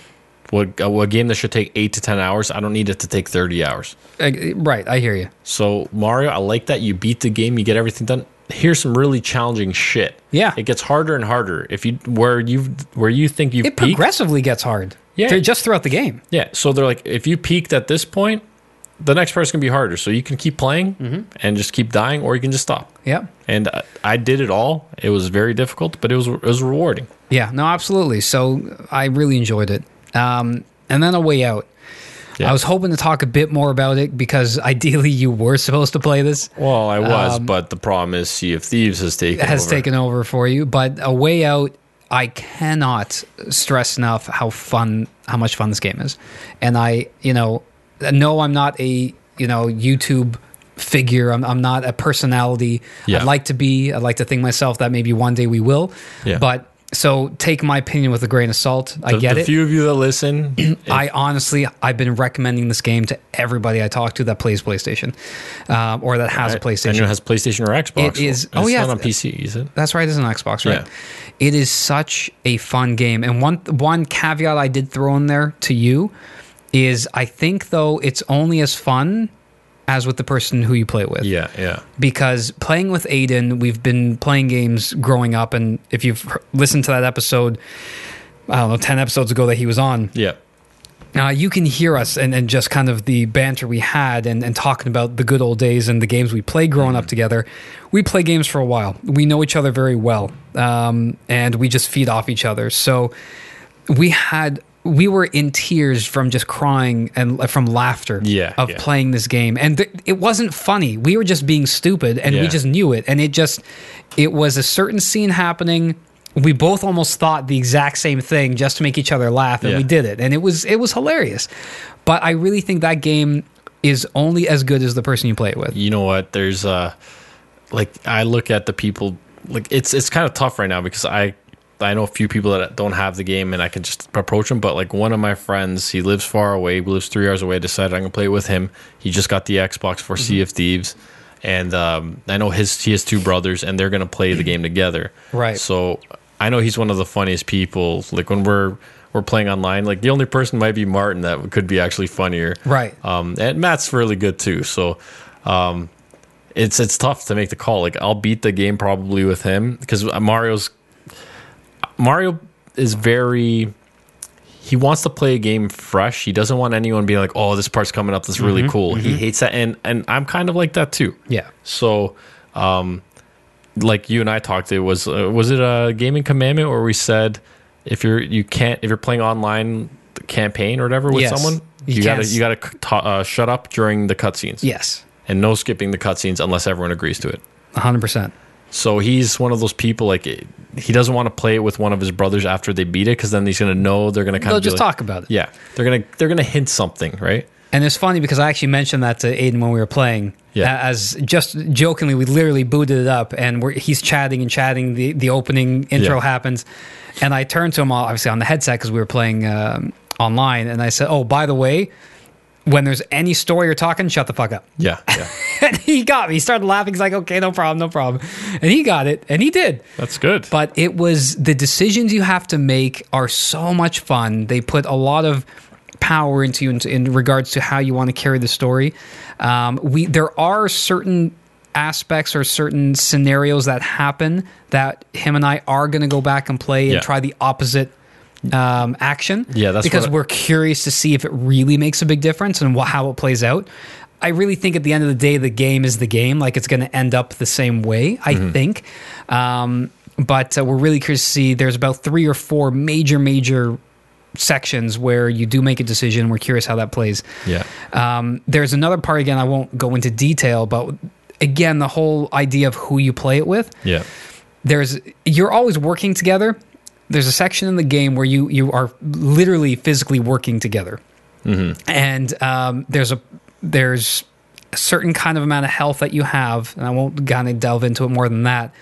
What a a game that should take eight to ten hours, I don't need it to take thirty hours.
Uh, right. I hear you.
So Mario, I like that you beat the game, you get everything done. Here's some really challenging shit.
Yeah.
it gets harder and harder. If you where you where you think you
It
peaked,
progressively gets hard.
Yeah.
They're just throughout the game.
yeah. So they're like, if you peaked at this point, the next part's gonna be harder. So you can keep playing
Mm-hmm.
and just keep dying, or you can just stop.
Yep.
And I, I did it all. It was very difficult, but it was it was rewarding.
Yeah, no, absolutely. So I really enjoyed it. Um, and then A Way Out.
Yeah.
I was hoping to talk a bit more about it because ideally you were supposed to play this.
Well, I was, but the problem is, Sea of Thieves has taken
It Um, has
over.
taken over for you. But A Way Out, I cannot stress enough how fun, how much fun this game is. And I, you know, no, I'm not a, you know, YouTube figure. I'm, I'm not a personality.
Yeah.
I'd like to be. I'd like to think myself that maybe one day we will.
Yeah.
But so take my opinion with a grain of salt. I
The,
get
the
it.
few of you that listen,
I honestly, I've been recommending this game to everybody I talk to that plays PlayStation um, or that *clears throat* has a PlayStation.
anyone has PlayStation or Xbox,
It is-
it's
oh, yeah.
not on PC, is it?
That's right, it's an Xbox, right?
Yeah.
It is such a fun game. And one one caveat I did throw in there to you is I think though it's only as fun as with the person who you play it with.
Yeah, yeah.
Because playing with Aiden, we've been playing games growing up, and if you've he- listened to that episode, I don't know, ten episodes ago that he was on,
Yeah.
Uh, you can hear us and, and just kind of the banter we had and, and talking about the good old days and the games we played growing
Mm-hmm.
up together. We play games for a while. We know each other very well, um, and we just feed off each other. So we had we were in tears from just crying and uh, from laughter
Yeah,
of
yeah.
playing this game, and th- it wasn't funny. We were just being stupid, and we
Yeah.
just knew it. And it just it was a certain scene happening. We both almost thought the exact same thing just to make each other laugh, and we
Yeah.
did it, and it was it was hilarious. But I really think that game is only as good as the person you play it with.
You know what? There's uh like I look at the people like it's it's kind of tough right now because I I know a few people that don't have the game and I can just approach them, but like one of my friends, he lives far away, he lives three hours away, I decided I'm gonna play with him. He just got the Xbox for Sea of Thieves. And um, I know his he has two brothers and they're gonna play the game together.
Right.
So I know he's one of the funniest people. Like when we're we're playing online, like the only person might be Martin that could be actually funnier.
Right.
Um, and Matt's really good too. So um, it's it's tough to make the call. Like I'll beat the game probably with him because Mario's Mario is very. He wants to play a game fresh. He doesn't want anyone being like, "Oh, this part's coming up. That's really cool." He hates that, and and I'm kind of like that too.
Yeah.
So, um, like you and I talked, it was uh, was it a gaming commandment where we said if you're you can't if you're playing online the campaign or whatever with
Yes.
someone,
You
you, gotta
can't-
you gotta c- ta- uh, shut up during the cutscenes.
Yes,
and no skipping the cutscenes unless everyone agrees to it.
hundred percent.
So he's one of those people like it- he doesn't want to play it with one of his brothers after they beat it because then he's gonna know they're gonna kind
They'll
of
just
like,
talk about it.
Yeah, they're gonna they're gonna hint something, right?
And it's funny because I actually mentioned that to Aiden when we were playing.
Yeah.
A- As just jokingly, we literally booted it up, and we're, he's chatting and chatting. The the opening intro
Yeah.
happens, and I turned to him all- obviously on the headset because we were playing um, online, and I said, "Oh, by the way." When there's any story you're talking, shut the fuck up. *laughs*
Yeah, yeah,
And he got me. He started laughing. He's like, okay, no problem, no problem. And he got it, and he did.
that's good.
But it was the decisions you have to make are so much fun. They put a lot of power into you in, in regards to how you want to carry the story. Um, we there are certain aspects or certain scenarios that happen that him and I are going to go back and play and
Yeah.
try the opposite um, action.
Yeah, that's
because
what I-
we're curious to see if it really makes a big difference and wha how it plays out. I really think at the end of the day, the game is the game. Like it's going to end up the same way, I
Mm-hmm.
think. Um, but uh, we're really curious to see. There's about three or four major, major sections where you do make a decision. We're curious how that plays.
Yeah.
Um, there's another part again. I won't go into detail, but again, the whole idea of who you play it with
Yeah.
there's you're always working together. There's a section in the game where you you are literally physically working together,
Mm-hmm.
and um, there's a there's a certain kind of amount of health that you have, and I won't kind of delve into it more than that.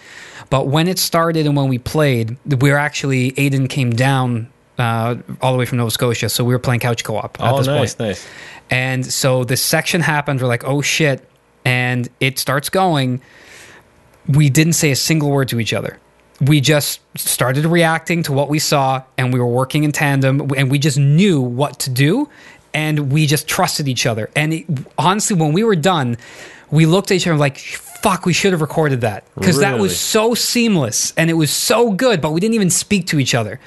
But when it started and when we played, we were actually Aiden came down uh, all the way from Nova Scotia, so we were playing couch co-op at
oh,
this point.
nice, nice.
And so this section happened. We're like, oh shit. And it starts going. We didn't say a single word to each other. We just started reacting to what we saw and we were working in tandem and we just knew what to do and we just trusted each other. And it, honestly, when we were done, we looked at each other like, fuck, we should have recorded that because that
Really?
was so seamless and it was so good, but we didn't even speak to each other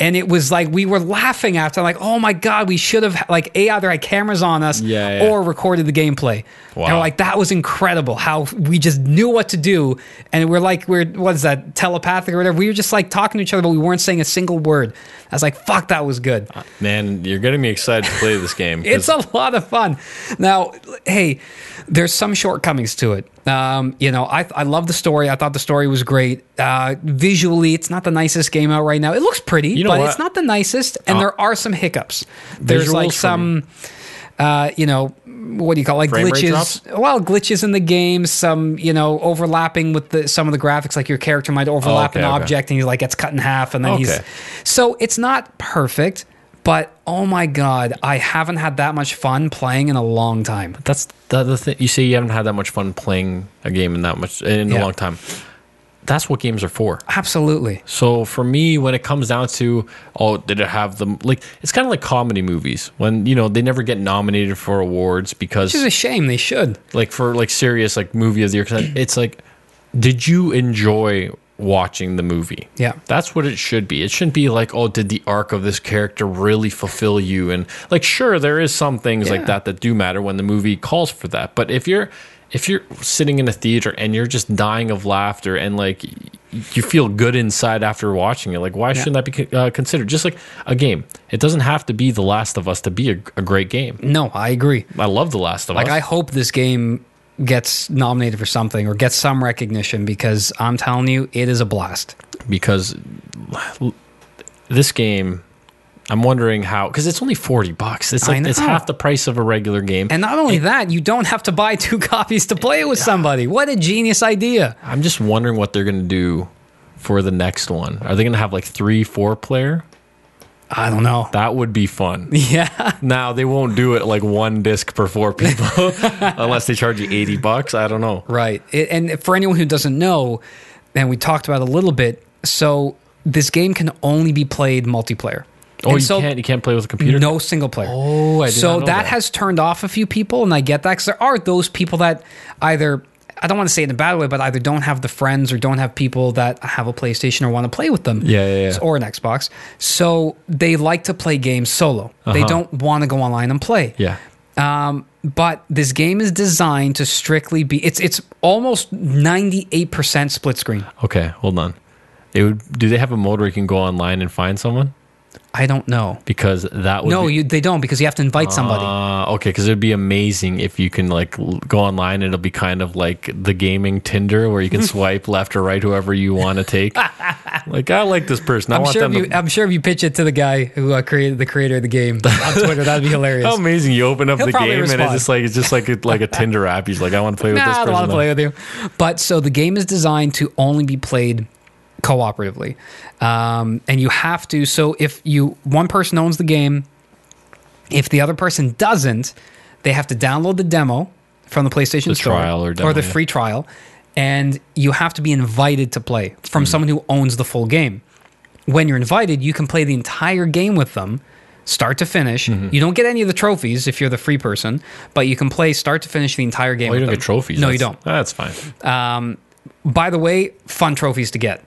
and it was like we were laughing after like oh my god we should have like a either had cameras on us
Yeah, yeah.
or recorded the gameplay
Wow.
and we're like that was incredible how we just knew what to do and we're like we're what is that telepathic or whatever we were just like talking to each other but we weren't saying a single word i was like fuck that was good
Man, you're getting me excited to play this game.
*laughs*
'cause-
it's a lot of fun. Now, hey, there's some shortcomings to it. Um, you know, I, I love the story. I thought the story was great. Uh, visually, it's not the nicest game out right now. It looks pretty,
know
but
what? Uh,
it's not the nicest. And there are some hiccups. There's like
Visuals
some, uh, you know, what do you call it? like
Frame rate drops?
glitches? Well, glitches in the game. Some you know overlapping with the, some of the graphics. Like your character might overlap
okay,
an
okay.
object, and he like gets cut in half, and then he's
Okay.
so it's not perfect, but oh my god, I haven't had that much fun playing in a long time.
That's the other thing. You say you haven't had that much fun playing a game in that much in
Yeah.
a long time. That's what games are for.
Absolutely.
So for me, when it comes down to oh, did it have the like? It's kind of like comedy movies when you know they never get nominated for awards because
Which is a shame they should.
like for like serious like movie of the year. 'cause
*clears throat*
it's like, did you enjoy watching the movie?
Yeah.
that's what it should be. It shouldn't be like oh, did the arc of this character really fulfill you? And like sure, there is some things
Yeah.
like that that do matter when the movie calls for that. But if you're if you're sitting in a theater and you're just dying of laughter and like y- you feel good inside after watching it, like why shouldn't that be con- uh, considered? Just like a game, it doesn't have to be The Last of Us to be a, a great game.
No, I agree.
I love The Last of
Like
Us.
I hope this game gets nominated for something or gets some recognition because I'm telling you, it is a blast.
because this game I'm wondering how because it's only 40 bucks. It's
I
like it's
know.
half the price of a regular game.
And not only that, you don't have to buy two *laughs* copies to play it with somebody. What a genius idea.
I'm just wondering what they're going to do for the next one. Are they going to have like 3 4 player?
I don't know. *laughs*
That would be fun.
Yeah.
now they won't do it like one disc per four people *laughs* unless they charge you 80 bucks, I don't know.
Right. It, and for anyone who doesn't know, and we talked about it a little bit, so this game can only be played multiplayer.
Oh,
And
you
so
can't you can't play with a computer?
No single player.
Oh, I did
so
not know
that,
that.
has turned off a few people, and I get that because there are those people that either I don't want to say it in a bad way, but either don't have the friends or don't have people that have a PlayStation or want to play with them.
Yeah, yeah, yeah.
Or an Xbox. So they like to play games solo. They don't want to go online and play.
Uh-huh. Yeah.
Um, but this game is designed to strictly be it's it's almost ninety eight percent split screen.
Okay, hold on. They would do they have a mode where you can go online and find someone?
I don't know.
Because that would
No,
be,
you, they don't because you have to invite somebody.
Uh, okay, because it'd be amazing if you can like l- go online and it'll be kind of like the gaming Tinder where you
*laughs*
can swipe left or right whoever you want to take. like I like this person. I
I'm
want
sure, if
them.
you,
to-
I'm sure if you pitch it to the guy who uh, created the creator of the
*laughs*
game on Twitter, that'd be hilarious.
how amazing! You open up
He'll
the
probably
game and
respond.
it's just like it's just like a, like a Tinder app. He's like, I want to play with
nah,
this
I
person.
don't want to play with you. But so the game is designed to only be played cooperatively, um, and you have to. So if you one person owns the game, if the other person doesn't, they have to download the demo from the PlayStation
The
Store
trial or demo,
the
yeah.
free trial, and you have to be invited to play
Hmm.
from someone who owns the full game. When you're invited, you can play the entire game with them, start to finish.
Mm-hmm.
You don't get any of the trophies if you're the free person, but you can play start to finish the entire game.
Oh, you
with
don't
them.
Ah, get trophies.
No, you
That's-
don't.
That's fine.
By the way, fun trophies to get.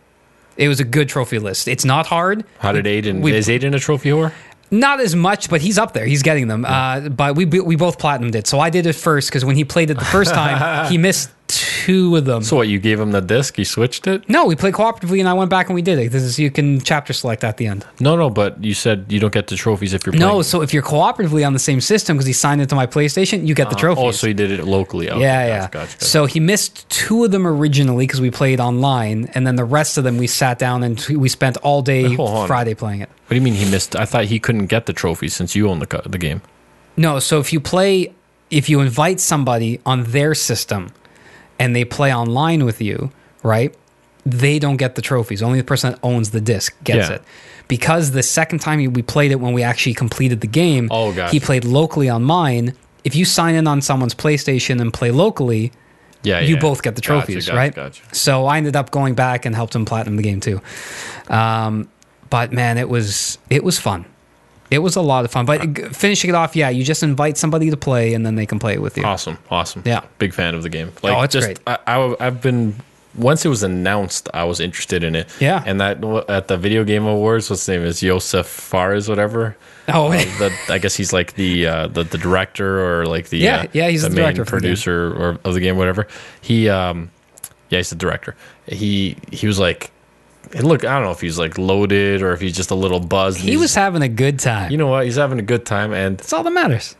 It was a good trophy list. It's not hard.
How did Aiden?
We-
is Aiden a trophy whore?
Not as much, but he's up there. He's getting them. Uh, but we we both platinumed it. So I did it first because when he played it the first
*laughs*
time, he missed two of them.
So what? You gave him the disc. You switched it.
no, we played cooperatively, and I went back and we did it. This is you can chapter select at the end.
No, no. But you said you don't get the trophies if you're
No,
playing.
so if you're cooperatively on the same system because he signed into my PlayStation, you get the trophies.
Oh, so you did it locally. Okay,
yeah,
gotcha,
yeah.
gotcha, gotcha.
So he missed two of them originally because we played online, and then the rest of them we sat down and t- we spent all day
*laughs* Hold on.
Friday playing it.
what do you mean he missed? I thought he couldn't get the trophy since you own the co- the game.
No, so if you play, if you invite somebody on their system and they play online with you, right? They don't get the trophies. Only the person that owns the disc gets
Yeah.
it. Because the second time we played it when we actually completed the game,
Oh, gotcha.
he played locally on mine. If you sign in on someone's PlayStation and play locally,
Yeah,
you
Uh, yeah.
both get the
Gotcha,
trophies,
gotcha,
right?
Gotcha.
So I ended up going back and helped him platinum the game too. Um, but man, it was it was fun. It was a lot of fun. But g- finishing it off, yeah, you just invite somebody to play and then they can play it with you.
Awesome, awesome.
Yeah.
big fan of the game.
Oh, it's
just,
great.
I, I, I've been once it was announced, I was interested in it.
Yeah.
and that at the video game awards, what's his name is Yosef Fares, whatever.
Oh, *laughs*
Uh, the, I guess he's like the uh, the the director or like the
Yeah,
uh,
yeah, he's the
main
director of the game.
producer or of the game, whatever. He um, yeah, he's the director. He he was like. And look, I don't know if he's like loaded or if he's just a little buzzed. and
he
he's-
was having a good time.
you know what? He's having a good time, and
That's all that matters.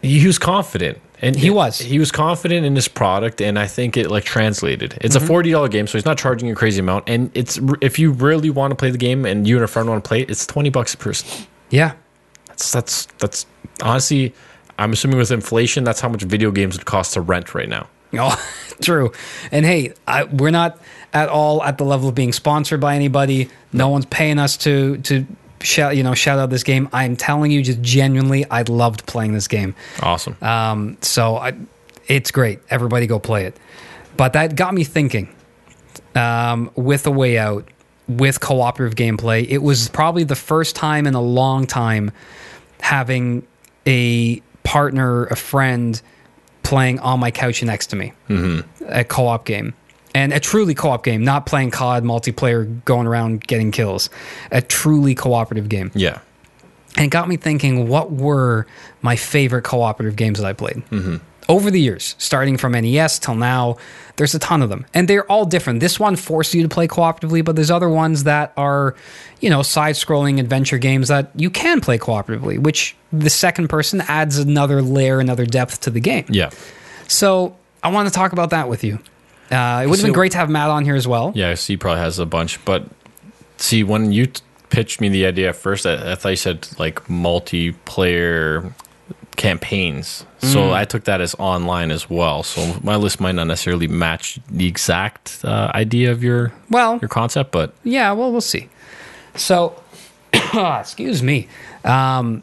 he was confident and
He was.
he was confident in his product and i think it like translated
Mm-hmm.
it's a $40 game so he's not charging you a crazy amount and it's if you really want to play the game and you and a friend want to play it it's 20 bucks a person
Yeah. *laughs*
that's that's that's honestly i'm assuming with inflation that's how much video games would cost to rent right now
Oh, true. And hey, I, we're not at all at the level of being sponsored by anybody. No one's paying us to to shout you know shout out this game. I'm telling you, just genuinely, I loved playing this game.
awesome
Um, so I, it's great. Everybody go play it. But that got me thinking. Um, with a way out, with cooperative gameplay, it was probably the first time in a long time having a partner, a friend, playing on my couch next to me a co-op game and a truly co-op game not playing cod multiplayer going around getting kills a truly cooperative game
yeah
and it got me thinking what were my favorite cooperative games that I played
Mm-hmm.
over the years, starting from NES till now. There's a ton of them, and they're all different. This one forced you to play cooperatively, but there's other ones that are, you know, side scrolling adventure games that you can play cooperatively, which the second person adds another layer, another depth to the game.
yeah
So I want to talk about that with you. Uh, it would have been
So-
great to have Matt on here as well.
yeah so he probably has a bunch but see when you t- pitched me the idea at first i, I thought you said like multiplayer campaigns
Mm.
so i took that as online as well so my list might not necessarily match the exact uh, idea of your
Well,
your concept but
Yeah, well, we'll see. So, *coughs* excuse me. Um,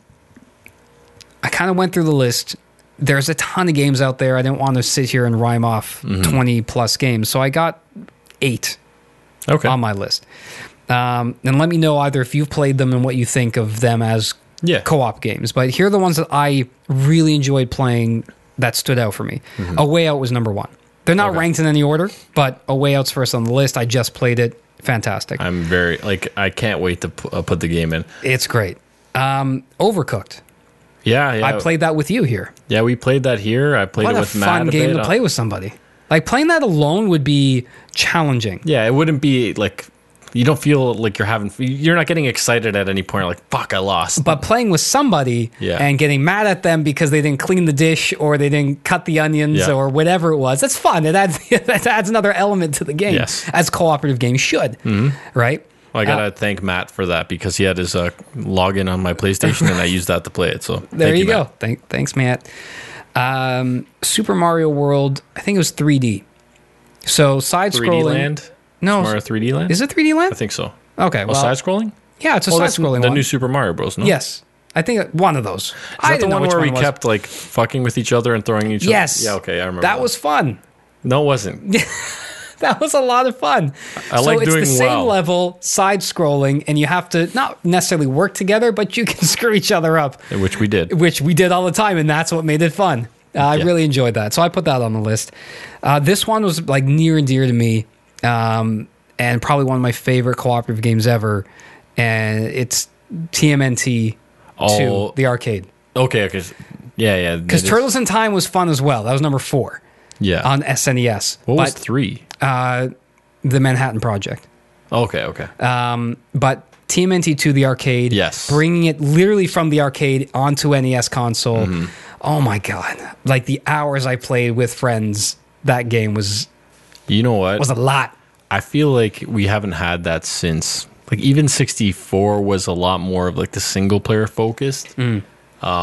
I kind of went through the list. There's a ton of games out there. I didn't want to sit here and rhyme off
Mm-hmm.
20 plus games. So I got eight
okay
on my list. Um, and let me know either if you've played them and what you think of them as
Yeah.
co-op games. But here are the ones that I really enjoyed playing that stood out for me. A Way Out was number one. They're not
Mm-hmm. Okay.
ranked in any order, but A Way Out's first on the list. I just played it. Fantastic.
i'm very like i can't wait to p- uh, put the game in
It's great. Um, Overcooked.
yeah, yeah
I played that with you here.
yeah we played that here i played
What
it
a
with matt
fun
a
game
bit. Uh,
to play with somebody. Like playing that alone would be challenging.
yeah it wouldn't be like you don't feel like you're having you're not getting excited at any point like fuck i lost
But playing with somebody
Yeah.
and getting mad at them because they didn't clean the dish or they didn't cut the onions
Yeah.
or whatever it was, that's fun. It adds, *laughs* that adds another element to the game,
Yes. Mm-hmm.
as cooperative games should, right?
Well, I gotta thank Matt for that because he had his uh, login on my PlayStation
*laughs*
and I used that to play it. So
There
thank
you,
Matt.
go. Thank, thanks, Matt. Um, Super Mario World, I think it was 3D. So side
3D
scrolling.
Land.
No,
Mario 3D Land.
is it 3D Land?
I think so.
Okay,
Oh,
well,
side scrolling.
yeah, it's a
Oh,
side
that's
scrolling
the
one.
new Super Mario Bros. No.
yes, I think one of those.
Is
I
that the
didn't know
one
which
where we
it was.
kept like fucking with each other and throwing each other?
Yes.
Yeah. Okay, I remember.
That was fun. *laughs*
no, it wasn't.
That was a lot of fun.
I
so
like
it's
doing
the same
well.
level side scrolling, and you have to not necessarily work together, but you *laughs* can screw each other up,
Which we did.
which we did all the time, and that's what made it fun. Uh, I
Yeah.
really enjoyed that, so I put that on the list. Uh, this one was like near and dear to me, um, and probably one of my favorite cooperative games ever. And it's TMNT
Oh.
2, the arcade.
Okay, okay. Yeah, yeah.
Because Turtles in Time was fun as well. That was number four
Yeah.
on SNES.
what was
but,
three?
uh, the Manhattan Project?
Okay, okay.
Um, but TMNT 2, the arcade,
Yes.
bringing it literally from the arcade onto NES console.
Mm-hmm.
Oh my god! Like the hours I played with friends, that game was
you know what?
was a lot.
I feel like we haven't had that since like even 64 was a lot more of like the single player focused
Mm.
um,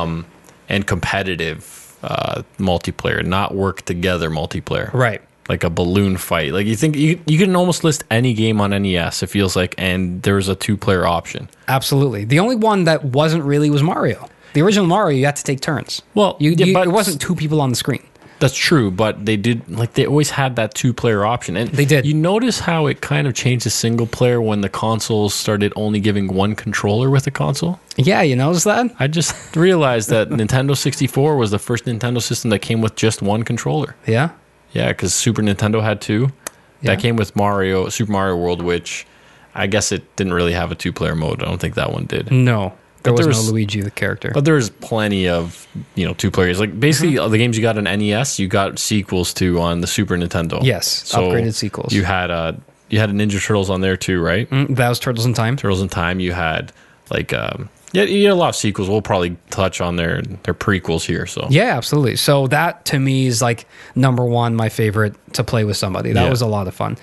and competitive uh, multiplayer, not work together multiplayer.
Right.
Like a balloon fight. Like you think you, you can almost list any game on NES, it feels like, and there's a two player option.
Absolutely. The only one that wasn't really was Mario. The original Mario, you had to take turns.
Well,
you,
yeah,
you-
but-
it wasn't two people on the screen.
That's true, but they did like they always had that two player option. And
They did.
You notice how it kind of changed to single player when the consoles started only giving one controller with a console?
Yeah, you notice that?
I just *laughs* realized that Nintendo 64 was the first Nintendo system that came with just one controller.
Yeah.
Yeah, because Super Nintendo had two.
Yeah.
That came with Mario, Super Mario World, which I guess it didn't really have a two player mode. I don't think that one did.
No, there was,
there was-
no Luigi the character.
But there's plenty of, you know, two players. Like basically
Mm-hmm.
all the games you got on NES, you got sequels to on the Super Nintendo.
Yes, upgraded sequels.
You had uh you had a Ninja Turtles on there too, right?
Mm, that was Turtles in Time.
Turtles in Time. You had like um yeah, you had a lot of sequels. We'll probably touch on their their prequels here. So
Yeah, absolutely. So that to me is like number one, my favorite to play with somebody. That
Yeah.
was a lot of fun.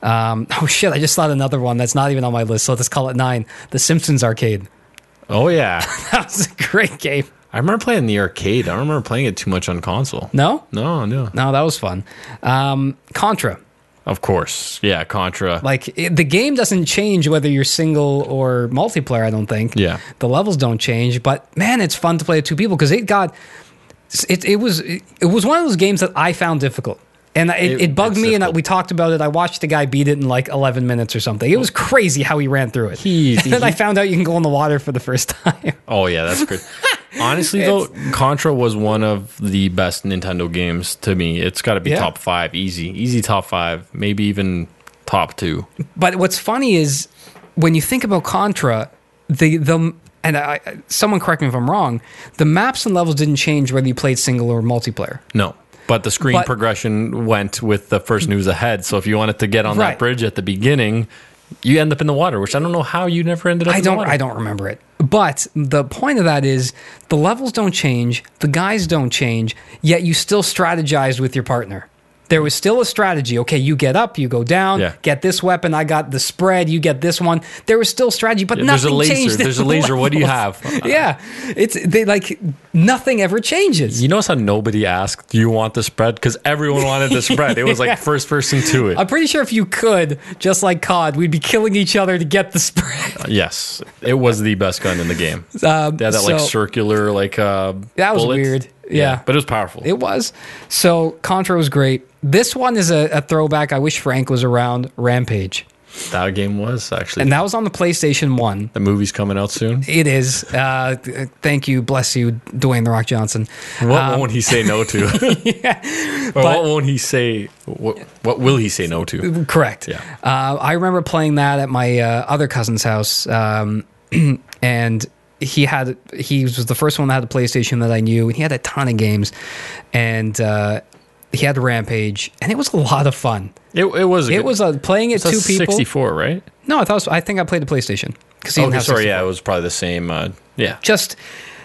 Um, *laughs* oh shit! I just thought another one that's not even on my list. So let's call it nine. The Simpsons arcade. *laughs*
Oh yeah, *laughs*
That was a great game.
I remember playing the arcade. I don't remember playing it too much on console.
No,
No, no.
no, that was fun. Um, Contra.
Of course, yeah. Contra.
Like it, the game doesn't change whether you're single or multiplayer. I don't think.
Yeah.
The levels don't change, but man, it's fun to play with two people because it got it. It was it, was one of those games that I found difficult. And it, it,
It-
bugged
it's
me, and
difficult.
we talked about it. I watched the guy beat it in like 11 minutes or something. It was crazy how he ran through it. *laughs*
He-
and then I found out you can go in the water for the first time. *laughs*
Oh yeah, that's great. Honestly though, Contra was one of the best Nintendo games to me. It's got to be
Yeah.
top five, easy, easy top five, maybe even top two.
But what's funny is when you think about Contra, the the and I, I- someone correct me if I'm wrong, the maps and levels didn't change whether you played single or multiplayer.
No, but the screen
But-
progression went with the first news ahead. So if you wanted to get on
Right.
that bridge at the beginning, you end up in the water, which I don't know how you never ended up.
I
in the
don't
water.
I don't remember it. But the point of that is the levels don't change, the guys don't change, yet you still strategized with your partner. There was still a strategy. Okay, you get up, you go down,
Yeah.
get this weapon, I got the spread, you get this one. There was still strategy, but
Yeah, there's
nothing
a laser.
changed. in
There's a
the
laser. What do you
levels. *laughs*
have?
yeah. It's they like nothing ever changes.
You notice how nobody asked, "Do you want the spread?" Because everyone wanted the spread. It
*laughs*
was like first person to it.
I'm pretty sure if you could, just like COD, we'd be killing each other to get the spread.
yes, it was the best gun in the game.
*laughs* Um,
They had that like
so-
circular, like uh,
That was
bullet.
weird. Yeah.
but it was powerful.
It was. So Contra was great. This one is a, a throwback. I wish Frank was around. Rampage.
that game was actually.
And that was on the PlayStation 1.
the movie's coming out soon.
It is. Uh, th- thank you. Bless you, Dwayne The Rock Johnson.
What
um,
won't he
*laughs*
say no to? or what won't he say? What, what will he say no to?
Correct.
Yeah.
Uh, I remember playing that at my uh, other cousin's house, um, *clears throat* and he had he was the first one that had a PlayStation that I knew, and he had a ton of games, and uh, he had Rampage, and it was a lot of fun.
It, it was. A
It
good-
was a, playing it
it's a
two people.
64, right?
No, I thought it was, I think I played the PlayStation because he
Oh,
didn't have
sorry.
64.
Yeah, it was probably the same. Uh, yeah.
Just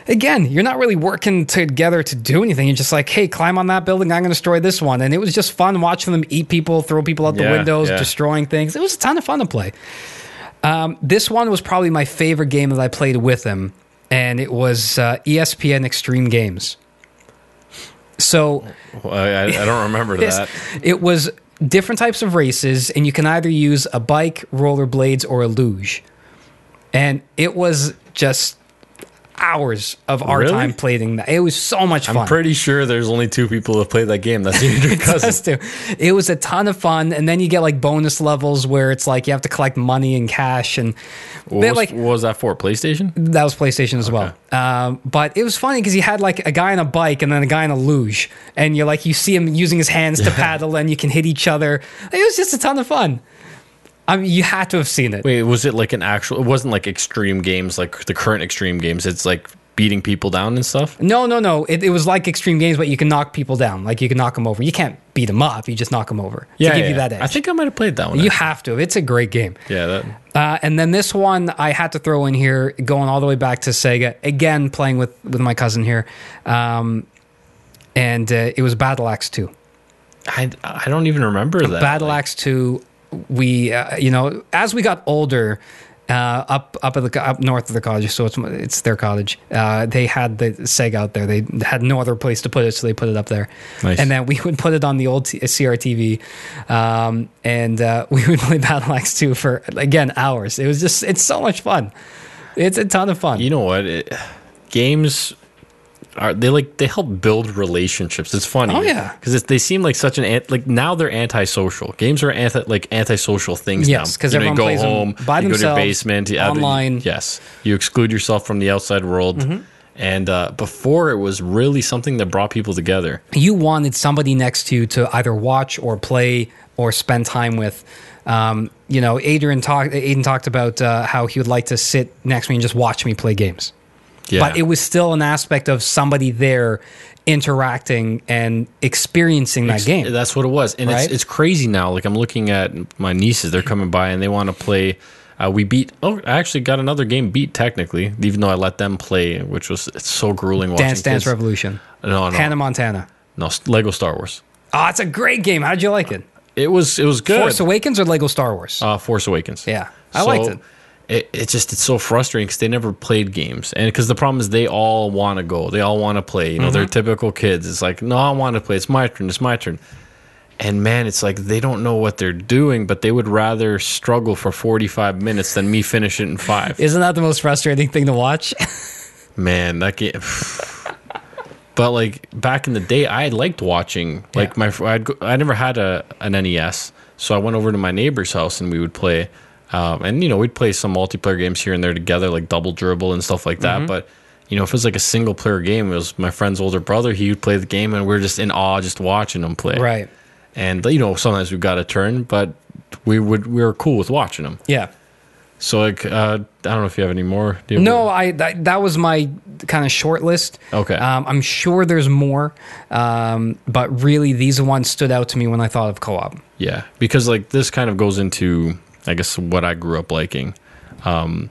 again, you're not really working together to do anything. You're just like, hey, climb on that building. I'm going to destroy this one, and it was just fun watching them eat people, throw people out the
Yeah,
windows,
yeah.
destroying things. It was a ton of fun to play. Um, this one was probably my favorite game that I played with him, and it was uh, ESPN Extreme Games. So
Well, I, I I don't remember
this.
that.
It was different types of races, and you can either use a bike, rollerblades, or a luge. And it was just hours of our
Really?
time playing that. It was so much fun.
I'm
*laughs*
pretty sure there's only two people that played that game. That's you and your cousin.
Us too. It was a ton of fun, and then you get like bonus levels where it's like you have to collect money and cash, and
What
they
was,
like
what was that for? PlayStation?
that was PlayStation as well. Um, but it was funny because you had like a guy on a bike and then a guy on a luge, and you're like you see him using his hands to paddle, and you can hit each other. It was just a ton of fun. I mean, you had to have seen it.
Wait, was it like an actual? It wasn't like extreme games, like the current extreme games. It's like beating people down and stuff.
No, no, no. It, it was like extreme games, but you can knock people down. Like you can knock them over. You can't beat them up. You just knock them over to give you that edge.
I think I might have played that one.
you have to. It's a great game.
yeah, that
Uh, and then this one I had to throw in here, going all the way back to Sega. Again, playing with with my cousin here, um, and uh, it was Battle Axe Two.
I I don't even remember that.
Battle Axe Two. We, uh, you know, as we got older, uh, up up at the co- up north of the cottage, so it's it's their cottage. Uh, they had the Sega out there. They had no other place to put it, so they put it up there.
Nice.
And then we would put it on the old t- CRTV, um, and uh, *laughs* we would play Battle Axe Two for again hours. It was just it's so much fun. It's a ton of fun.
you know what? It, games are they like they help build relationships. It's funny.
Oh, yeah.
because they seem like such an ant, like now they're antisocial. Games are anti like antisocial things now.
Yes, 'cause
You know, you
everyone
go
plays 'em
home
by
you Go to
themselves,
your basement you-
online. Mm-hmm.
yes, you exclude yourself from the outside world. And uh, before it was really something that brought people together.
you wanted somebody next to you to either watch or play or spend time with. Um, you know, Adrian talked. Aiden talked about uh, how he would like to sit next to me and just watch me play games.
Yeah,
But it was still an aspect of somebody there interacting and experiencing that game.
That's what it was, and
Right?
it's it's crazy now. Like I'm looking at my nieces; they're coming by and they want to play. Uh, we beat. Oh, I actually got another game beat technically, even though I let them play, which was it's so grueling. Watching
Dance Dance
kids.
Revolution,
No, no,
Hannah Montana.
no. Lego Star Wars.
Oh, it's a great game. How did you like it?
It was it was good.
Force Awakens or Lego Star Wars?
uh, Force Awakens.
Yeah, I liked it.
It, it just it's so frustrating because they never played games, and because the problem is they all want to go, they all want to play. You know,
Mm-hmm.
they're typical kids. It's like, no, I want to play. It's my turn. It's my turn. And man, it's like they don't know what they're doing, but they would rather struggle for forty five minutes than me finish it in five.
Isn't that the most frustrating thing to watch?
Man, that game. *sighs* but like back in the day, I liked watching. Like my, fr- I'd go, I never had a an NES, so I went over to my neighbor's house and we would play. Um, and you know, we'd play some multiplayer games here and there together, like Double Dribble and stuff like
Mm-hmm.
that. But you know, if it was like a single player game, it was my friend's older brother. He would play the game, and we are just in awe, just watching him play.
*laughs* right.
And you know, sometimes we got a turn, but we would we were cool with watching him.
Yeah.
So like, uh, I don't know if you have any more. Do you
No, I that, that was my kind of short list.
Okay.
Um, I'm sure there's more, um, but really these ones stood out to me when I thought of co-op.
Yeah, because like this kind of goes into I guess what I grew up liking. Um,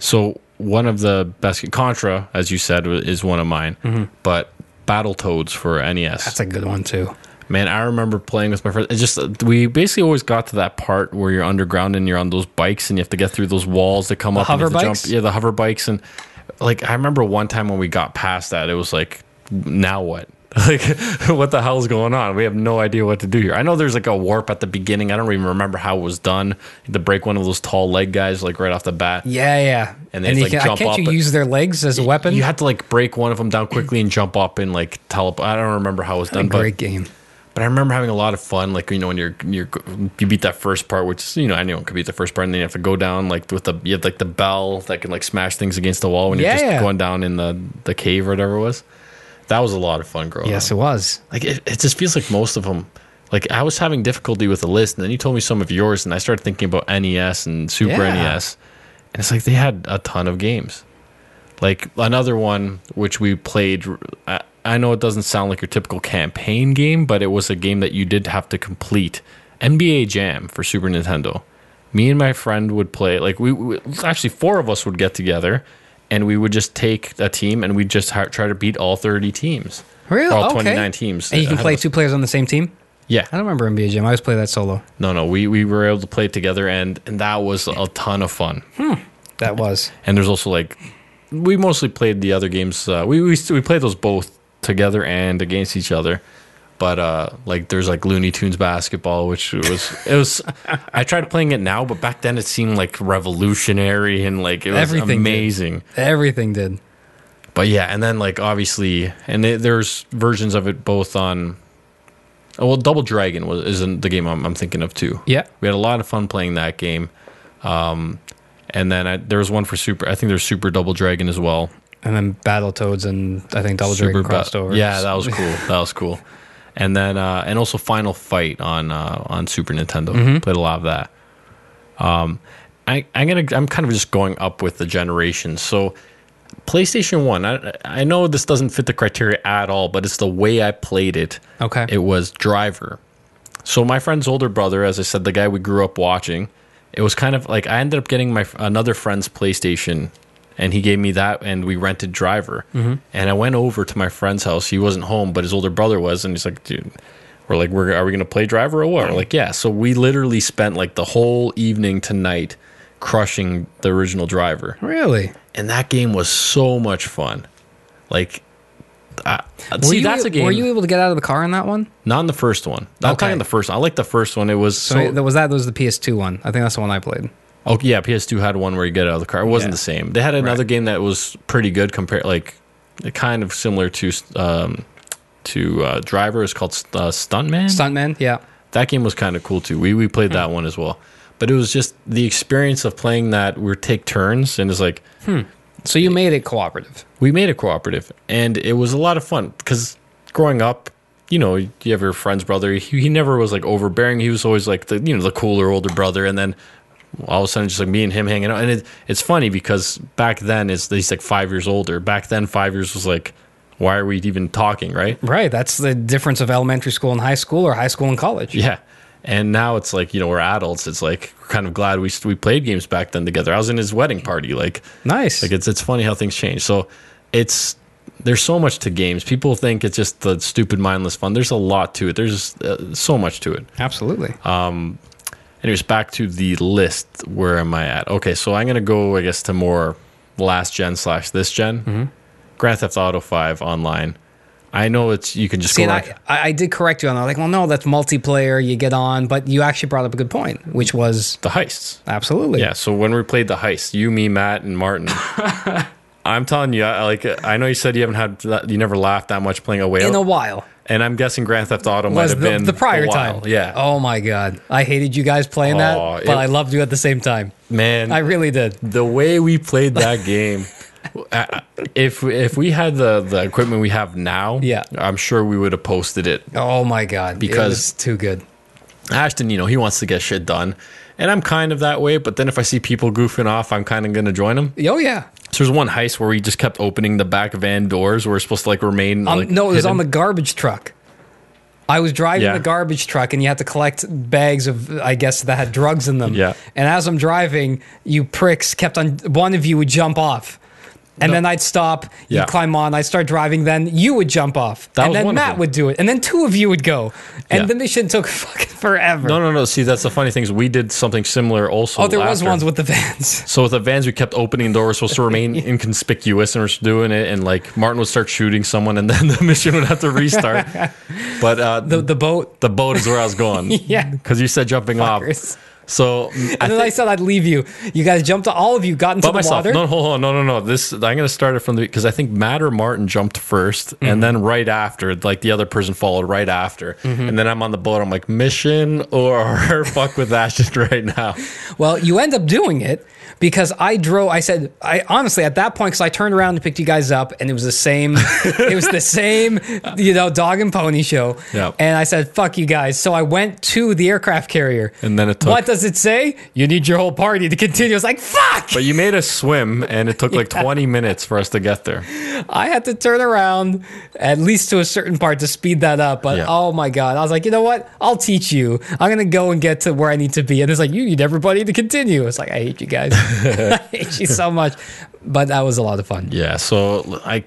so one of the best Contra, as you said, wa- is one of mine. But Battletoads for E NES.
That's a good one too.
Man, I remember playing with my friends. It's just uh, we basically always got to that part where you're underground and you're on those bikes and you have to get through those walls that come up. and you
hover
have to
bikes?
Yeah, the hover bikes and like I remember one time when we got past that, it was like, now what? *laughs* Like, what the hell's going on? We have no idea what to do here. I know there's like a warp at the beginning. I don't even remember how it was done. You had to break one of those tall leg guys like right off the bat.
Yeah, yeah.
And they just,
you
like,
can,
jump
can't
up
you
and-
use their legs as a weapon?
You had to like break one of them down quickly and jump up and like teleport. I don't remember how it was done, but
Great game.
but I remember having a lot of fun. Like you know, when you're you're you beat that first part, which is, you know anyone could beat the first part, and then you have to go down like with the you have like the bell that can like smash things against the wall when you're
Yeah.
just going down in the the cave or whatever it was. That was a lot of fun growing
Yes,
up.
it was.
Like it, it just feels like most of them. Like I was having difficulty with the list, and then you told me some of yours, and I started thinking about NES and Super
Yeah.
NES, and it's like they had a ton of games. Like another one which we played. I, I know it doesn't sound like your typical campaign game, but it was a game that you did have to complete. NBA Jam for Super Nintendo. Me and my friend would play. Like we, we actually four of us would get together, and we would just take a team and we would just ha- try to beat all thirty teams.
Really?
All
okay.
twenty nine teams.
And you can
I
play
was-
two players on the same team?
Yeah.
I don't remember NBA Jam. I always play that solo.
No, no. We we were able to play together, and and that was a ton of fun.
That was.
And there's also like we mostly played the other games. Uh, we we we played those both together and against each other. But uh, like there's like Looney Tunes basketball, which was it was. *laughs* I tried playing it now, but back then it seemed like revolutionary and like it was
Everything did.
amazing.
Everything did.
But yeah, and then like obviously, and they, there's versions of it both on. Oh, well, Double Dragon was isn't the game I'm, I'm thinking of too.
Yeah.
we had a lot of fun playing that game, um, and then I, there was one for Super. I think there's Super Double Dragon as well.
And then Battletoads and I think Double Dragon
Ba-
crossed over.
Yeah,
*laughs*
that was cool. that was cool.
Mm-hmm.
And then uh, and also Final Fight on uh, on Super Nintendo. Played a lot of that. Um, I, I'm gonna I'm kind of just going up with the generation. So PlayStation One, I I know this doesn't fit the criteria at all, but it's the way I played it.
Okay.
It was Driver. So my friend's older brother, as I said, the guy we grew up watching, it was kind of like I ended up getting my another friend's PlayStation, and he gave me that, and we rented Driver. And I went over to my friend's house. He wasn't home, but his older brother was, and he's like, dude. We're like, we're, are we going to play driver or what? We're like, yeah. So we literally spent like the whole evening tonight crushing the original driver.
Really?
And that game was so much fun. Like, I,
Were
see,
you,
that's a game.
Were you able to get out of the car in that one?
Not in the first one. I'm
Okay.
talking the first one. I like the first one. It was
So,
so.
that was that. That was the PS2 one. I think that's the one I played.
oh yeah, PS2 had one where you get out of the car. It
Yeah.
wasn't the same. They had another game that was pretty good compared, like kind of similar to um, to uh, Driver. It's called uh, Stuntman.
Stuntman. Yeah.
that game was kind of cool too. We we played that one as well. But it was just the experience of playing that. We take turns, and it's like
So you made it cooperative.
we made a cooperative and it was a lot of fun because growing up you know you have your friend's brother he, he never was like overbearing he was always like the you know the cooler older brother and then all of a sudden just like me and him hanging out and it, it's funny because back then it's he's like five years older back then five years was like why are we even talking right
Right. That's the difference of elementary school and high school, or high school and college.
*laughs* yeah and now it's like you know we're adults it's like we're kind of glad we we played games back then together i was in his wedding party like
Nice.
Like it's it's funny how things change. So it's there's so much to games. People think it's just the stupid mindless fun. There's a lot to it. There's uh, so much to it.
Absolutely.
Ah, Anyways, back to the list. Where am I at? Okay, so I'm gonna go. I guess to more last gen slash this gen. Grand Theft Auto Five online. I know it's you can just
See,
go.
and
Like,
I, I I did correct you on that. Like, well, no, that's multiplayer. You get on, but you actually brought up a good point, which was
the heists.
absolutely.
Yeah. So when we played the heist, you, me, Matt,
*laughs*
and Martin. I'm telling you, I, like I know you said you haven't had that, you never laughed that much playing away.
In a while
And I'm guessing Grand Theft Auto might
was
have
the,
been
the prior
a while.
time.
Yeah.
Oh my god, I hated you guys playing
Aw,
that, but
it-
I loved you at the same time.
man,
I really did.
the way we
*laughs*
played that game. I- I- if if we had the the equipment we have now,
Yeah.
I'm sure we would have posted it.
Oh my god, it
Because-
was too good.
Ashton, you know, he wants to get shit done, and I'm kind of that way. But then if I see people goofing off, I'm kind of gonna join them.
Oh yeah.
So there's one heist where we just kept opening the back van doors. Where we're supposed to like remain.
Um,
like,
no, it was on the
hidden.
garbage truck. I was driving
Yeah.
the garbage truck, and you had to collect bags of, I guess, that had drugs in them.
Yeah.
And as I'm driving, you pricks kept on. One of you would jump off, and then I'd stop. You'd
Yeah.
climb on. I'd start driving. Then you would jump off,
That
and
was
then
one of
Matt
them.
would do it, and then two of you would go, and
Yeah.
the mission took *laughs* fucking forever.
No, no, no. See, that's the funny thing is we did something similar also.
oh, there was
after.
ones with the vans. *laughs*
So with the vans, we kept opening doors. We're supposed to remain inconspicuous, and we're just doing it. And like Martin would start shooting someone, and then *laughs* the mission would have to
*laughs*
restart. but uh, the,
The, the boat.
the boat is where I was going.
*laughs* Yeah.
because you said jumping
Fuckers.
off. So I
And then I said I'd leave you. You guys jumped. All of you got into
by
the
myself.
water.
No, hold on, no, no, no. This I'm gonna start it from the because I think Matt or Martin jumped 1st
Mm-hmm.
and then right after, like the other person followed right after,
Mm-hmm.
and then I'm on the boat. I'm like mission or *laughs* fuck with Ashton right now.
Well, you end up doing it because I drove. I said, I honestly at that point because I turned around and picked you guys up, and it was the
*laughs*
same. it was the same, you know, dog and pony show.
Yeah.
And I said, "Fuck you guys!" So I went to the aircraft carrier.
And then it took-
What does it say? You need your whole party to continue. I was like, "Fuck!"
But you made us swim, and it took like 20 minutes for us to get there.
I had to turn around at least to a certain part to speed that up. But
Yeah.
oh my god, I was like, you know what? I'll teach you. I'm gonna go and get to where I need to be. And it's like you need everybody to continue. It's like I hate you
*laughs*
guys. *laughs* I hate you so much. But that was a lot of fun.
Yeah, so I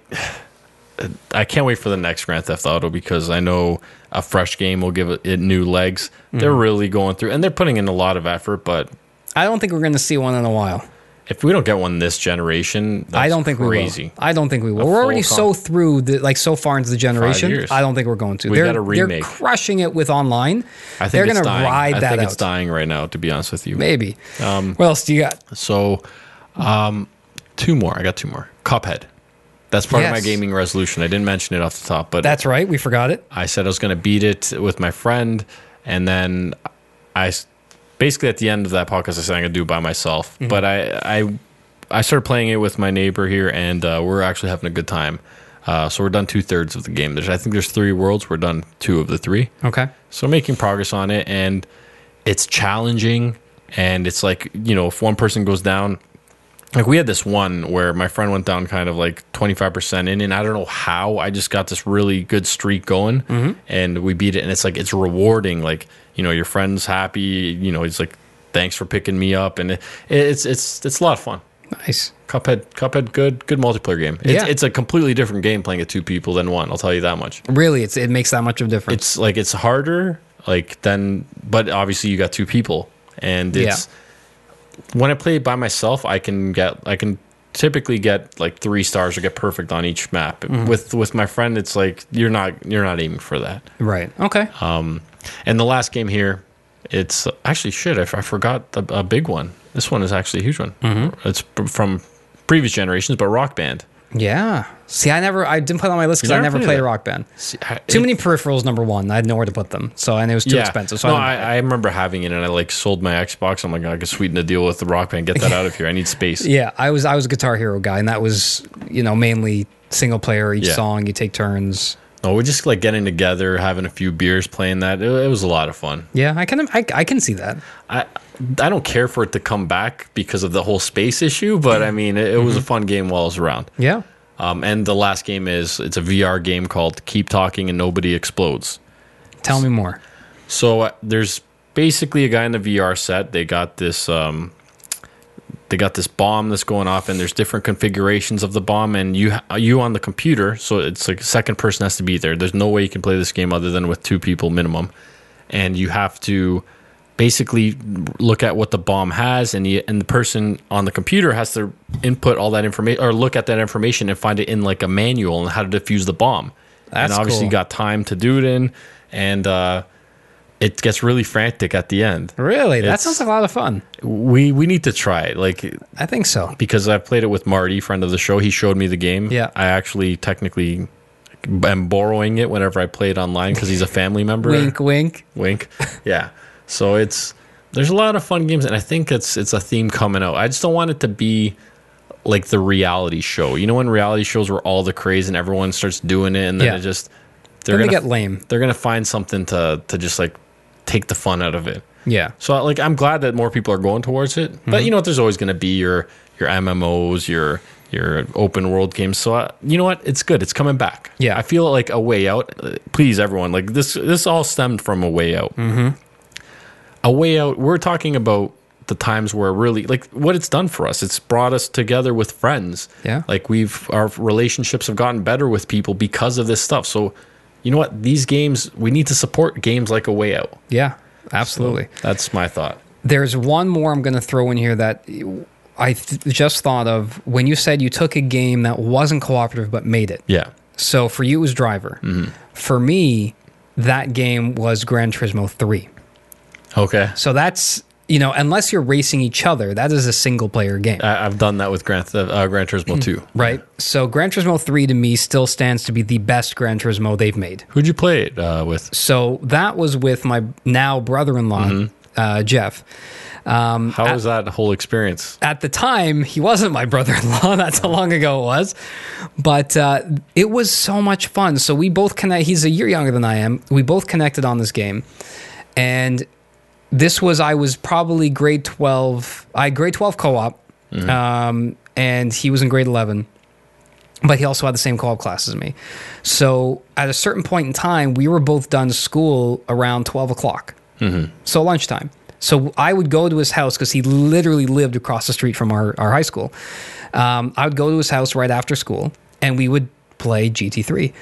I can't wait for the next Grand Theft Auto because I know a fresh game will give it, it new legs. They're really going through and they're putting in a lot of effort, but
I don't think we're gonna see one in a while.
if we don't get one this generation, that's
I don't think we
crazy.
will. I don't think we will. We're already
full
so through the like so far into the generation.
years.
I don't think we're going to.
We
they're,
got a
They're
remake.
crushing it with online.
I think
they're
it's
gonna
dying.
ride
I
that
think
out.
it's dying Um, right now to be honest with you.
Maybe. what else do you got?
So um two more. I got two more. Cuphead. That's part of my
Yes.
gaming resolution. I didn't mention it off the top, but
That's right. We forgot it.
I said I was going to beat it with my friend, and then I s- basically at the end of that podcast I said I'm going to do it by myself. But I I I started playing it with my neighbor here, and uh, we're actually having a good time. Uh, so we're done two thirds of the game. There's I think there's three worlds. We're done two of the three.
Okay.
So making progress on it, and it's challenging, and it's like you know if one person goes down like we had this one where my friend went down kind of like 25% in and i don't know how i just got this really good streak going and we beat it and it's like it's rewarding like you know your friend's happy you know he's like thanks for picking me up and it, it's it's it's a lot of fun
Nice.
cuphead cuphead good good multiplayer game it's,
Yeah.
it's a completely different game playing with two people than one i'll tell you that much
Really, it's it makes that much of a difference.
it's like it's harder like then but obviously you got two people and it's when i play it by myself i can get i can typically get like three stars or get perfect on each map
Mm-hmm.
with with my friend it's like you're not you're not aiming for that
right. Okay.
Uh, and the last game here it's actually shit i, f- I forgot the, a big one this one is actually a huge one
Mm-hmm.
it's p- from previous generations but rock band
yeah. See, I never I didn't put it on my list because
You
I
never
never
played
played
that.
Rock Band.
See, I-
Too
it-
many peripherals. Number one, I had nowhere to put them, so and it was too expensive. So
no,
I,
I,
didn't-
I remember having it, and I like sold my Xbox. I'm like, I could sweeten the deal with the Rock Band. Get that out of here. I
*laughs*
need space.
yeah, I was I was a Guitar Hero guy, and that was you know mainly single player. Each
Yeah.
song you take turns.
No, Oh, we're just like getting together, having a few beers, playing that. It, it was a lot of fun.
Yeah, I can I, I can see that.
I I don't care for it to come back because of the whole space issue, but I mean, it, it was a fun game while I was around.
Yeah.
Um, and the last game is it's a VR game called Keep Talking and Nobody Explodes.
Tell me more.
So uh, there's basically a guy in the VR set. They got this um, they got this bomb that's going off, and there's different configurations of the bomb, and you ha- you on the computer. So it's like a second person has to be there. There's no way you can play this game other than with two people minimum, and you have to basically look at what the bomb has and you, and the person on the computer has to input all that information or look at that information and find it in like a manual on how to defuse the bomb
That's
and obviously
cool.
you got time to do it in and uh it gets really frantic at the end.
Really, that
It's-
sounds like a lot of fun.
We we need to try it, like
I think so.
because I played it with Marty, friend of the show. He showed me the game.
Yeah.
I actually technically am borrowing it whenever I play it online because he's a family member.
Wink, wink.
wink. Yeah, so it's there's a lot of fun games, and I think it's it's a theme coming out. I just don't want it to be like the reality show. You know, when reality shows were all the craze and everyone starts doing it, and then
Yeah.
it just they're
Then they
gonna
get lame.
they're gonna find something to to just like take the fun out of it.
Yeah.
So like I'm glad that more people are going towards it. But you know what? There's always going to be your your MMOs, your your open world games. So uh you know what? It's good. It's coming back.
Yeah.
I feel like a way out. Uh, Please, everyone. Like this. This all stemmed from a way out. Mm-hmm. A way out. We're talking about the times where really like what it's done for us. It's brought us together with friends.
Yeah.
Like we've our relationships have gotten better with people because of this stuff. So. You know what? These games, we need to support games like A Way Out.
Yeah. Absolutely.
That's my thought.
There's one more I'm going to throw in here that I th- just thought of when you said you took a game that wasn't cooperative but made it.
Yeah.
So for you, it was Driver. For me, that game was Gran Turismo 3.
Okay.
So that's, you know, unless you're racing each other, that is a single player game.
I, I've done that with Grand Theft, uh, Gran Turismo 2.
Hmm. Right, so Gran Turismo 3 to me still stands to be the best Gran Turismo they've made.
Who'd you play it uh, with?
So that was with my now brother in law, uh, Jeff. Mm,
How was that whole experience?
at the time, he wasn't my brother in law. *laughs* That's how long ago it was. But uh, it was so much fun. So we both connect. He's a year younger than I am. We both connected on this game. And this was, I was probably grade 12. I had grade 12 co op. Um, and he was in grade 11. But he also had the same co op class as me. So at a certain point in time, we were both done school around 12 o'clock so lunchtime. So I would go to his house because he literally lived across the street from our, our high school. Um, I would go to his house right after school and we would play GT3.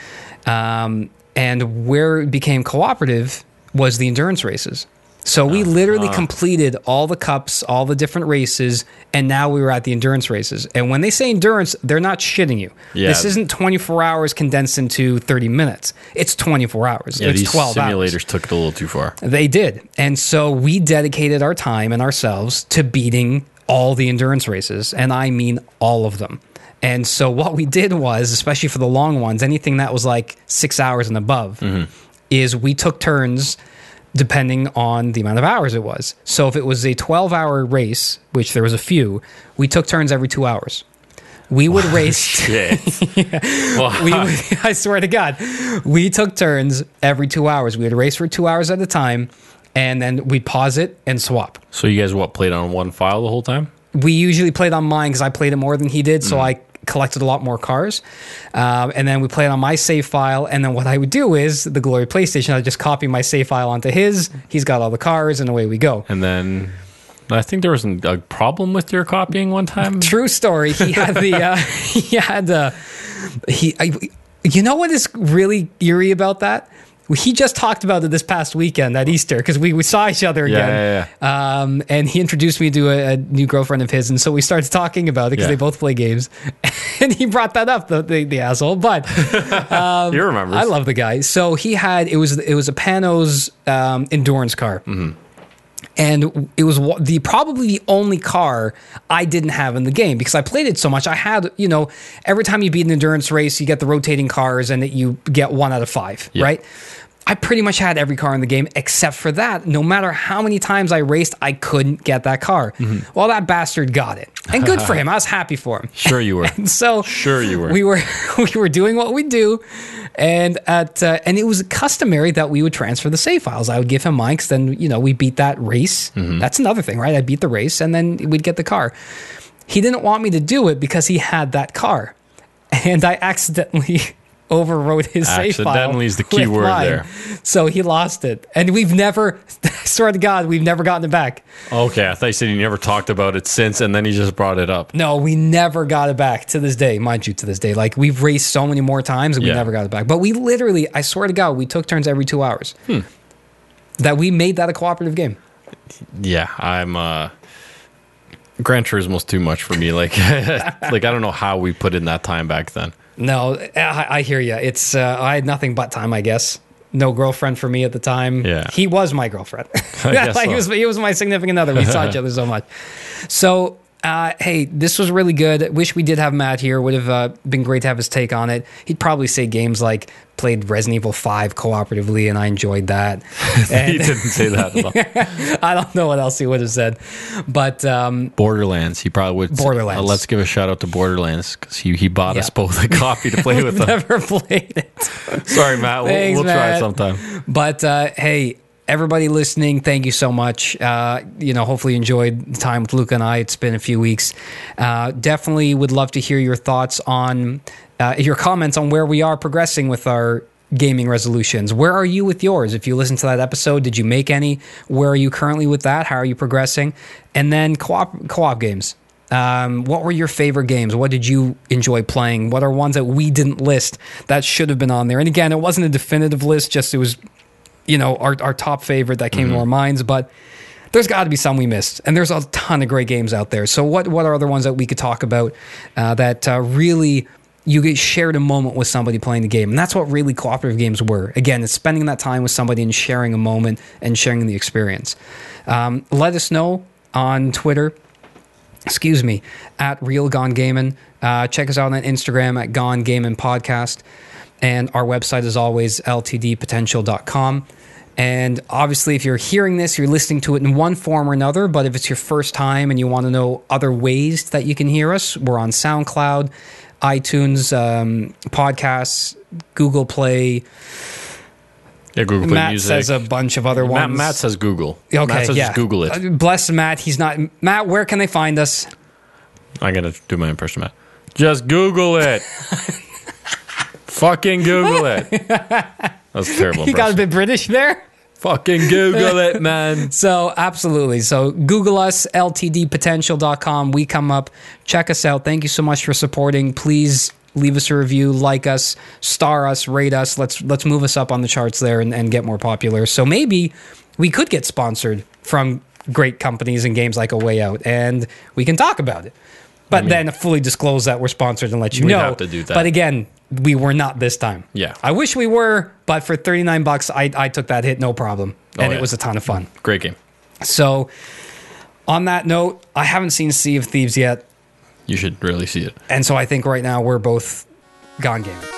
Um, and where it became cooperative was the endurance races. So
Oh,
we literally completed all the cups, all the different races, and now we were at the endurance races. And when they say endurance, they're not shitting you.
Yeah.
This isn't 24 hours condensed into 30 minutes. It's 24 hours.
Yeah,
it's
these
12 hours.
simulators took it a little too
*laughs*
far.
They did. And so we dedicated our time and ourselves to beating all the endurance races, and I mean all of them. And so what we did was, especially for the long ones, anything that was like six hours and above, is we took turns depending on the amount of hours it was. So if it was a 12 hour race, which there was a few, we took turns every two hours. We would race
Yeah.
we, *laughs* I swear to God, we took turns every two hours. We would race for two hours at a time, and then we pause it and swap.
*laughs* So you guys what played on one file the whole time?
we usually played on mine because I played it more than he did, so I collected a lot more cars. Um, and then we played on my save file. And then what I would do is the Glory PlayStation, I would just copy my save file onto his. He's got all the cars, and away we go.
And then I think there was an, a problem with your copying
*laughs*
one time.
True story. He had the uh, *laughs* he had uh, he. I, you know what is really eerie about that? He just talked about it this past weekend at Easter because we, we saw each other
Yeah,
again.
yeah,
Um, and he introduced me to a, a new girlfriend of his, and so we started talking about it because
Yeah.
they both play games. *laughs* And he brought that up, the the, the asshole. But
you
Um,
remember?
I love the guy. So he had it was it was a Panos um, endurance car, and it was wa- the probably the only car I didn't have in the game because I played it so much. I had you know every time you beat an endurance race, you get the rotating cars and that you get one out of five, right? I pretty much had every car in the game except for that. No matter how many times I raced, I couldn't get that car. Well, that bastard got it, and good for him. I was happy for him.
Sure you
*laughs*
were.
So
Sure you were.
We were *laughs* we were doing what we do, and at uh, and it was customary that we would transfer the save files. I would give him mine 'cause then you know we beat that race.
Mm-hmm.
That's another thing, right? I beat the race, and then we'd get the car. He didn't want me to do it because he had that car, *laughs* and I accidentally. *laughs* Overwrote his save file.
Accidentally is the key
with
word
mine.
there.
So he lost it, and we've never, *laughs* swear to God, we've never gotten it back.
Okay, I thought you said you never talked about it since, and then he just brought it up.
No, we never got it back to this day, mind you, to this day. Like we've raced so many more times and we
Yeah.
never got it back. But we literally, I swear to God, we took turns every two hours. That we made that a cooperative game.
Yeah, I'm. uh Gran Turismo's too much for me. Like, *laughs* like I don't know how we put in that time back then.
No, I, I hear you. It's uh, I had nothing but time, I guess. No girlfriend for me at the time.
Yeah.
he was my
*laughs*
girlfriend.
guess
like *laughs* he
so.
was he was my significant other. We saw each other so much. So. Uh, hey, this was really good. Wish we did have Matt here. Would have uh, been great to have his take on it. He'd probably say games like played Resident Evil Five cooperatively, and I enjoyed
*laughs*
that.
he
And
didn't say that. At all.
*laughs* I don't know what else he would have said, but um,
Borderlands. He probably would. say-
Borderlands.
Uh, let's give a shout out to Borderlands because he, he bought us
Yeah.
both a copy
*laughs*
to play with. Them.
never played it.
Sorry, Matt. We'll,
Thanks,
we'll try
Matt.
sometime.
But uh, hey, everybody listening, thank you so much. Uh, you know, hopefully you enjoyed the time with Luca and I. It's been a few weeks. Uh, definitely would love to hear your thoughts on uh, your comments on where we are progressing with our gaming resolutions. Where are you with yours? If you listen to that episode, did you make any? Where are you currently with that? How are you progressing? And then co-op co-op games. Um, what were your favorite games? What did you enjoy playing? What are ones that we didn't list that should have been on there? And again, it wasn't a definitive list, just it was you know our, our top favorite that came to our minds but there's got to be some we missed and there's a ton of great games out there so what what are other ones that we could talk about uh, that uh, really you get shared a moment with somebody playing the game and that's what really cooperative games were again it's spending that time with somebody and sharing a moment and sharing the experience um, let us know on twitter excuse me, at Real Gone Gaming. Uh, check us out on Instagram at Gone Gaming Podcast. And our website is always ltdpotential.com. And obviously, if you're hearing this, you're listening to it in one form or another. But if it's your first time and you want to know other ways that you can hear us, we're on SoundCloud, iTunes, um, podcasts, Google Play.
Yeah, Google Play
Matt
Music.
says a bunch of other
Matt,
ones.
Matt says Google.
okay,
Matt says
yeah.
just Google it. Oh,
Uh, Bless Matt. He's not. Matt, where can they find us?
I'm gonna do my impression, Matt. Just
*laughs*
Google it. Fucking Google it. That's a terrible.
He got a
impression.
bit British there.
Fucking Google it,
*laughs*
man.
So, absolutely. So, Google us, ltdpotential.com. We come up. Check us out. Thank you so much for supporting. Please leave us a review, like us, star us, rate us. Let's let's move us up on the charts there and, and get more popular. So, maybe we could get sponsored from great companies and games like A Way Out, and we can talk about it. But then fully disclose that we're sponsored and let you know.
have to do that.
But again, we were not this time.
Yeah.
I wish we were, but for 39 bucks, I, I took that hit no problem.
Oh,
And it
yeah.
was a ton of fun.
Great game.
So, on that note, I haven't seen Sea of Thieves yet,
You should really see it.
and so I think right now we're both gone gaming.